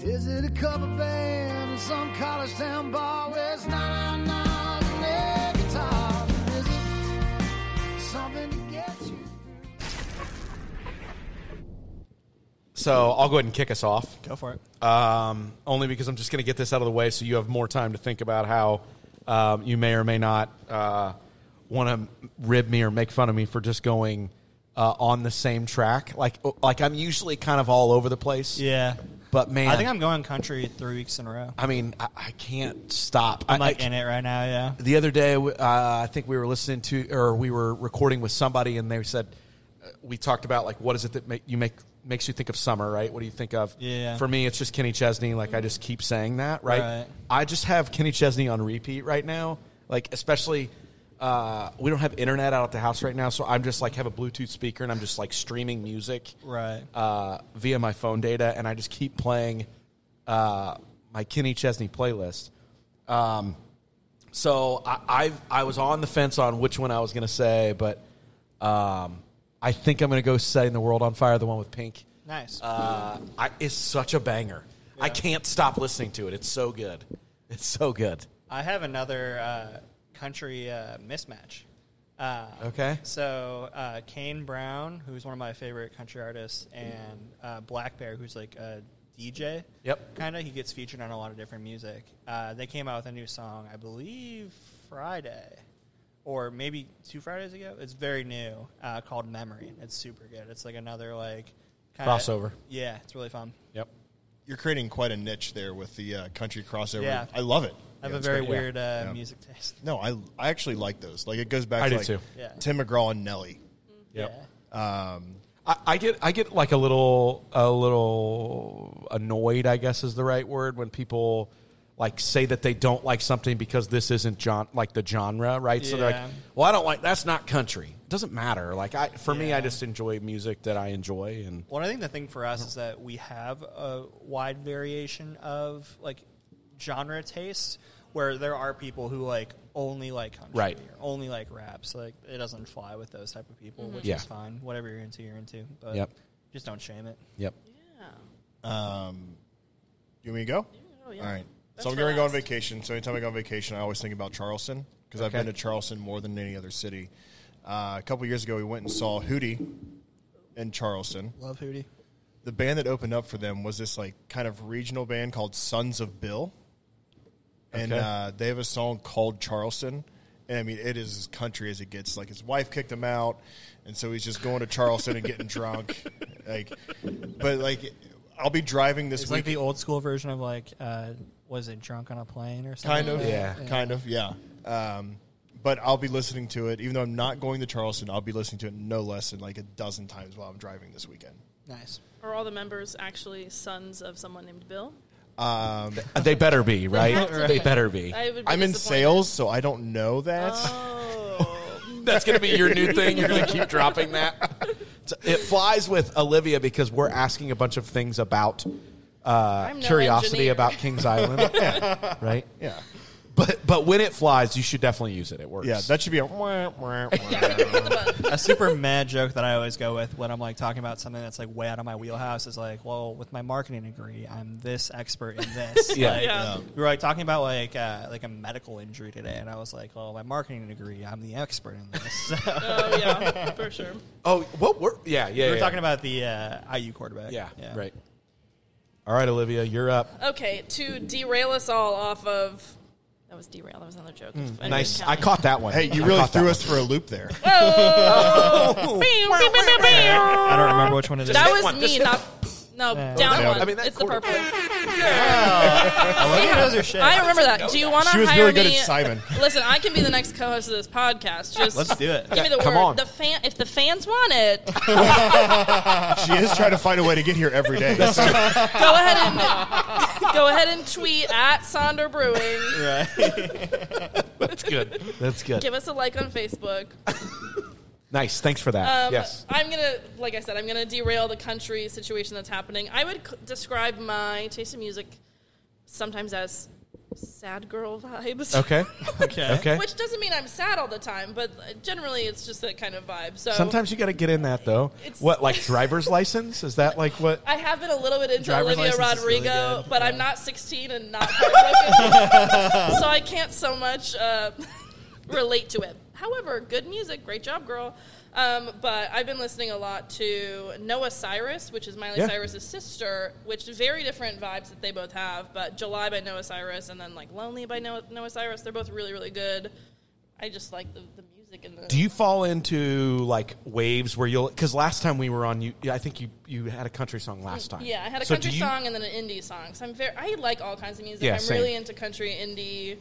[SPEAKER 10] to? Is it a cover band in some college town bar where it's not not an air guitar? Is it something to get you?
[SPEAKER 3] So I'll go ahead and kick us off,
[SPEAKER 5] Go for it.
[SPEAKER 3] um, only because I'm just going to get this out of the way so you have more time to think about how um, you may or may not uh, want to rib me or make fun of me for just going uh, on the same track. Like, like I'm usually kind of all over the place.
[SPEAKER 5] Yeah.
[SPEAKER 3] But man,
[SPEAKER 5] I think I'm going country three weeks in a row.
[SPEAKER 3] I mean, I, I can't stop.
[SPEAKER 5] I'm
[SPEAKER 3] I- I
[SPEAKER 5] like in it right now. Yeah.
[SPEAKER 3] the other day, w- uh, I think we were listening to or we were recording with somebody, and they said uh, we talked about like what is it that make, you make makes you think of summer, right? What do you think of?
[SPEAKER 5] Yeah.
[SPEAKER 3] For me, it's just Kenny Chesney. Like I just keep saying that, right?
[SPEAKER 5] Right.
[SPEAKER 3] I just have Kenny Chesney on repeat right now. Like especially. Uh, we don't have internet out at the house right now, so I'm just like have a Bluetooth speaker and I'm just like streaming music
[SPEAKER 5] Right.
[SPEAKER 3] uh, via my phone data, and I just keep playing uh, my Kenny Chesney playlist. Um, so I, I've I was on the fence on which one I was going to say, but um, I think I'm going to go "Setting the World on Fire," the one with Pink.
[SPEAKER 5] Nice.
[SPEAKER 3] Uh, I, it's such a banger. I can't stop listening to it. It's so good. It's so good.
[SPEAKER 5] I have another uh, country uh, mismatch. Uh,
[SPEAKER 3] Okay.
[SPEAKER 5] So uh, Kane Brown, who's one of my favorite country artists, and uh, Black Bear, who's like a DJ.
[SPEAKER 3] Yep.
[SPEAKER 5] Kind of, he gets featured on a lot of different music. Uh, they came out with a new song, I believe, Friday, or maybe two Fridays ago. It's very new, uh, called Memory. It's super good. It's like another like kinda,
[SPEAKER 3] Crossover.
[SPEAKER 5] Yeah, it's really fun.
[SPEAKER 3] Yep.
[SPEAKER 1] You're creating quite a niche there with the uh, country crossover.
[SPEAKER 5] Yeah.
[SPEAKER 1] I love it.
[SPEAKER 5] I have
[SPEAKER 1] Yeah,
[SPEAKER 5] a
[SPEAKER 1] it's
[SPEAKER 5] very
[SPEAKER 1] great.
[SPEAKER 5] weird uh,
[SPEAKER 1] Yeah.
[SPEAKER 5] music taste.
[SPEAKER 1] No, I I actually like those. Like it goes back
[SPEAKER 3] I
[SPEAKER 1] to
[SPEAKER 3] do
[SPEAKER 1] like
[SPEAKER 3] too.
[SPEAKER 5] Yeah.
[SPEAKER 1] Tim McGraw and Nelly.
[SPEAKER 5] Yeah.
[SPEAKER 1] Um,
[SPEAKER 3] I, I get I get like a little a little annoyed, I guess is the right word, when people like say that they don't like something because this isn't John like the genre, right? So they're
[SPEAKER 5] Yeah.
[SPEAKER 3] like, "Well, I don't like that's not country." It doesn't matter. Like I for me, I
[SPEAKER 5] Yeah.
[SPEAKER 3] just enjoy music that I enjoy, and
[SPEAKER 5] Well, I think the thing for us is that we have a wide variation of like genre tastes, where there are people who like only like country,
[SPEAKER 3] Right.
[SPEAKER 5] or only like rap. So like it doesn't fly with those type of people, which
[SPEAKER 3] Yeah.
[SPEAKER 5] is fine. Whatever you're into, you're into. But
[SPEAKER 3] Yep.
[SPEAKER 5] just don't shame it.
[SPEAKER 3] yep.
[SPEAKER 1] um, you want me to go?
[SPEAKER 8] Oh, yeah.
[SPEAKER 1] All right.
[SPEAKER 8] That's
[SPEAKER 1] so I'm
[SPEAKER 8] for
[SPEAKER 1] going to go on
[SPEAKER 8] last.
[SPEAKER 1] vacation. So anytime I go on vacation, I always think about Charleston because I've been to Charleston more than any other city. Uh, a couple years ago, we went and saw Hootie in Charleston.
[SPEAKER 5] Love Hootie.
[SPEAKER 1] The band that opened up for them was this like kind of regional band called Sons of Bill, and
[SPEAKER 3] Okay.
[SPEAKER 1] uh, they have a song called Charleston. And I mean, it is as country as it gets. Like his wife kicked him out, and so he's just going to Charleston and getting drunk. Like, but like, I'll be driving this
[SPEAKER 5] It's
[SPEAKER 1] week.
[SPEAKER 5] like the old school version of like, uh, was it drunk on a plane or something?
[SPEAKER 1] Kind of. Yeah. Kind of. Yeah. Um, but I'll be listening to it, even though I'm not going to Charleston. I'll be listening to it no less than like a dozen times while I'm driving this weekend.
[SPEAKER 5] Nice.
[SPEAKER 8] Are all the members actually sons of someone named Bill?
[SPEAKER 1] Um,
[SPEAKER 7] They better be, right?
[SPEAKER 8] have to
[SPEAKER 7] They
[SPEAKER 8] be.
[SPEAKER 7] better be.
[SPEAKER 8] I would be
[SPEAKER 1] I'm in
[SPEAKER 8] disappointed.
[SPEAKER 1] sales, so I don't know that.
[SPEAKER 8] Oh.
[SPEAKER 7] That's going to be your new thing. You're going to keep dropping that. So It flies with Olivia because we're asking a bunch of things about uh,
[SPEAKER 8] I'm no
[SPEAKER 7] curiosity
[SPEAKER 8] engineer.
[SPEAKER 7] about Kings Island, right?
[SPEAKER 1] Yeah.
[SPEAKER 7] But but when it flies, you should definitely use it. It works.
[SPEAKER 1] Yeah, that should be a. Wah, wah, wah.
[SPEAKER 5] a super mad joke that I always go with when I'm like talking about something that's like way out of my wheelhouse is like, well, with my marketing degree, I'm this expert in this.
[SPEAKER 7] Yeah.
[SPEAKER 5] Like,
[SPEAKER 8] Yeah.
[SPEAKER 5] We were like talking about like uh, like a medical injury today, and I was like, well, my marketing degree, I'm the expert in this. So
[SPEAKER 8] oh yeah, for sure.
[SPEAKER 7] Oh, what? Were, yeah, yeah.
[SPEAKER 5] we were
[SPEAKER 7] yeah.
[SPEAKER 5] talking about the uh, IU quarterback.
[SPEAKER 7] Yeah, right. All right, Olivia, you're up.
[SPEAKER 8] Okay, to derail us all off of that was derail. That was another joke. I
[SPEAKER 7] Hmm, Nice.
[SPEAKER 8] didn't
[SPEAKER 7] I
[SPEAKER 8] count.
[SPEAKER 7] caught that one.
[SPEAKER 1] hey, you
[SPEAKER 7] I
[SPEAKER 1] really
[SPEAKER 7] caught that
[SPEAKER 1] threw
[SPEAKER 7] one.
[SPEAKER 1] us for a loop there.
[SPEAKER 8] Oh. Bing, bing, bing, bing, bing.
[SPEAKER 5] I don't remember which one it is.
[SPEAKER 8] That was
[SPEAKER 7] one, just
[SPEAKER 8] me,
[SPEAKER 7] hit
[SPEAKER 8] not no
[SPEAKER 5] Yeah.
[SPEAKER 8] down
[SPEAKER 1] Well,
[SPEAKER 8] one.
[SPEAKER 7] I mean, that
[SPEAKER 8] it's the
[SPEAKER 7] quarter-
[SPEAKER 8] purple.
[SPEAKER 5] Olivia knows her shit.
[SPEAKER 8] I remember that. Do you want to
[SPEAKER 1] She
[SPEAKER 8] hire
[SPEAKER 1] was really good
[SPEAKER 8] me?
[SPEAKER 1] at Simon.
[SPEAKER 8] Listen, I can be the next co-host of this podcast. Just
[SPEAKER 5] Let's do it.
[SPEAKER 8] Give me the
[SPEAKER 7] Come
[SPEAKER 8] word.
[SPEAKER 7] on.
[SPEAKER 8] The fan, if the fans want it, go
[SPEAKER 1] She is trying to find a way to get here every day.
[SPEAKER 8] ahead and go ahead and tweet at Sonder Brewing.
[SPEAKER 7] That's good. That's good.
[SPEAKER 8] Give us a like on Facebook.
[SPEAKER 7] nice. Thanks for that.
[SPEAKER 8] Um,
[SPEAKER 7] yes.
[SPEAKER 8] I'm gonna, like I said, I'm gonna derail the country situation that's happening. I would c- describe my taste in music sometimes as sad girl vibes.
[SPEAKER 7] Okay.
[SPEAKER 5] Okay.
[SPEAKER 7] Okay.
[SPEAKER 8] Which doesn't mean I'm sad all the time, but uh, generally it's just that kind of vibe. So
[SPEAKER 7] Sometimes you got to get in that though.
[SPEAKER 8] It's-
[SPEAKER 7] What, like driver's license? Is that like what?
[SPEAKER 8] I have been a little bit into
[SPEAKER 5] Driver's
[SPEAKER 8] Olivia
[SPEAKER 5] license is really
[SPEAKER 8] Rodrigo,
[SPEAKER 5] good.
[SPEAKER 8] but I'm not 16 and not heartbroken, so I can't so much uh, relate to it. However, good music, great job, girl. Um, but I've been listening a lot to Noah Cyrus, which is Miley
[SPEAKER 7] Yeah.
[SPEAKER 8] Cyrus's sister, which very different vibes that they both have. But July by Noah Cyrus and then like Lonely by Noah, Noah Cyrus, they're both really really good. I just like the, the music and the.
[SPEAKER 7] Do you fall into like waves where you'll? Because last time we were on, you yeah, I think you you had a country song last time.
[SPEAKER 8] Yeah, I had a
[SPEAKER 7] So do
[SPEAKER 8] country
[SPEAKER 7] you-
[SPEAKER 8] song and then an indie song. So I'm very, I like all kinds of music.
[SPEAKER 7] Yeah,
[SPEAKER 8] I'm
[SPEAKER 7] same.
[SPEAKER 8] really into country, indie.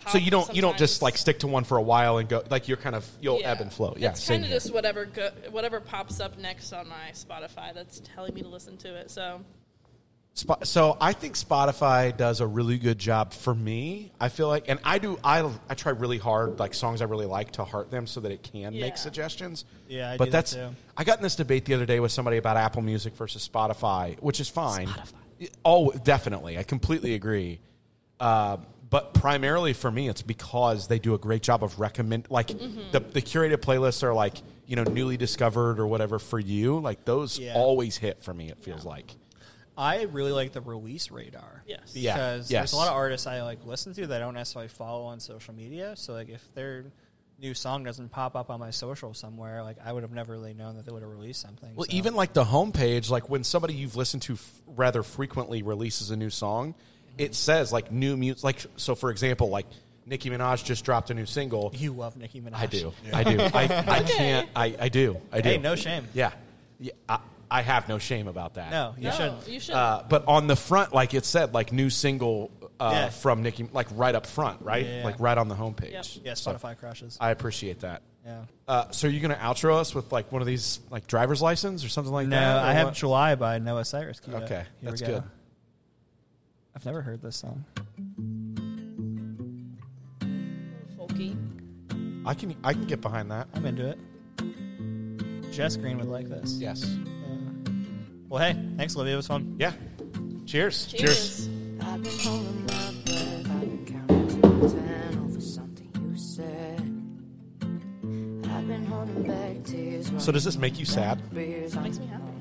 [SPEAKER 8] pop
[SPEAKER 7] So you don't you don't just
[SPEAKER 8] sometimes.
[SPEAKER 7] like stick to one for a while and go like you're kind of you'll ebb and flow. Yeah.
[SPEAKER 8] it's
[SPEAKER 7] same
[SPEAKER 8] kind of
[SPEAKER 7] here.
[SPEAKER 8] just whatever go, whatever pops up next on my Spotify that's telling me to listen to it. So
[SPEAKER 7] Spo- So I think Spotify does a really good job for me. I feel like, and I do. I I try really hard, like songs I really like, to heart them so that it can
[SPEAKER 8] Yeah.
[SPEAKER 7] make suggestions.
[SPEAKER 5] Yeah, I
[SPEAKER 7] but
[SPEAKER 5] do that
[SPEAKER 7] that's.
[SPEAKER 5] too.
[SPEAKER 7] I got in this debate the other day with somebody about Apple Music versus Spotify, which is fine. Spotify. Oh, definitely, I completely agree. Uh, but primarily for me, it's because they do a great job of recommend, like the the curated playlists are like you know newly discovered or whatever for you. Like those
[SPEAKER 5] Yeah.
[SPEAKER 7] always hit for me. It feels like.
[SPEAKER 5] I really like the release radar.
[SPEAKER 8] Yes.
[SPEAKER 5] Because
[SPEAKER 7] Yeah, yes.
[SPEAKER 5] there's a lot of artists I like listen to that I don't necessarily follow on social media. So like if their new song doesn't pop up on my social somewhere, like I would have never really known that they would have released something.
[SPEAKER 7] Well,
[SPEAKER 5] so.
[SPEAKER 7] even like the homepage, like when somebody you've listened to f- rather frequently releases a new song,
[SPEAKER 5] Mm-hmm.
[SPEAKER 7] it says like new music. Like so, for example, like Nicki Minaj just dropped a new single.
[SPEAKER 5] you love Nicki Minaj.
[SPEAKER 7] I do, I do, I, I can't, I, I do, I do.
[SPEAKER 5] Hey, no shame.
[SPEAKER 7] yeah, yeah. I, I have no shame about that.
[SPEAKER 5] No, you
[SPEAKER 8] no,
[SPEAKER 5] shouldn't.
[SPEAKER 8] Oh, You should.
[SPEAKER 7] Uh, but on the front, like it said, like new single uh,
[SPEAKER 5] Yeah.
[SPEAKER 7] from Nicki, like right up front, right,
[SPEAKER 5] Yeah, yeah, yeah.
[SPEAKER 7] like right on the homepage.
[SPEAKER 8] Yep.
[SPEAKER 5] Yeah, Spotify crashes.
[SPEAKER 7] I appreciate that.
[SPEAKER 5] yeah.
[SPEAKER 7] Uh, so you're gonna outro us with like one of these like driver's license or something like
[SPEAKER 5] No,
[SPEAKER 7] that? or
[SPEAKER 5] I have
[SPEAKER 7] what?
[SPEAKER 5] July by Noah Cyrus. queued up.
[SPEAKER 7] Okay,
[SPEAKER 5] Here we
[SPEAKER 7] that's
[SPEAKER 5] go.
[SPEAKER 7] good.
[SPEAKER 5] I've never heard this song.
[SPEAKER 8] folky.
[SPEAKER 7] I can I can get behind that.
[SPEAKER 5] I'm into it. Jess Green would like this.
[SPEAKER 7] Yes.
[SPEAKER 5] Well, hey, thanks, Olivia. It was fun.
[SPEAKER 7] Yeah. Cheers.
[SPEAKER 8] Cheers.
[SPEAKER 11] I've been holding my breath. I've been counting to ten over something you said. I've been holding back tears.
[SPEAKER 7] So does this make you sad?
[SPEAKER 11] Makes
[SPEAKER 8] me happy.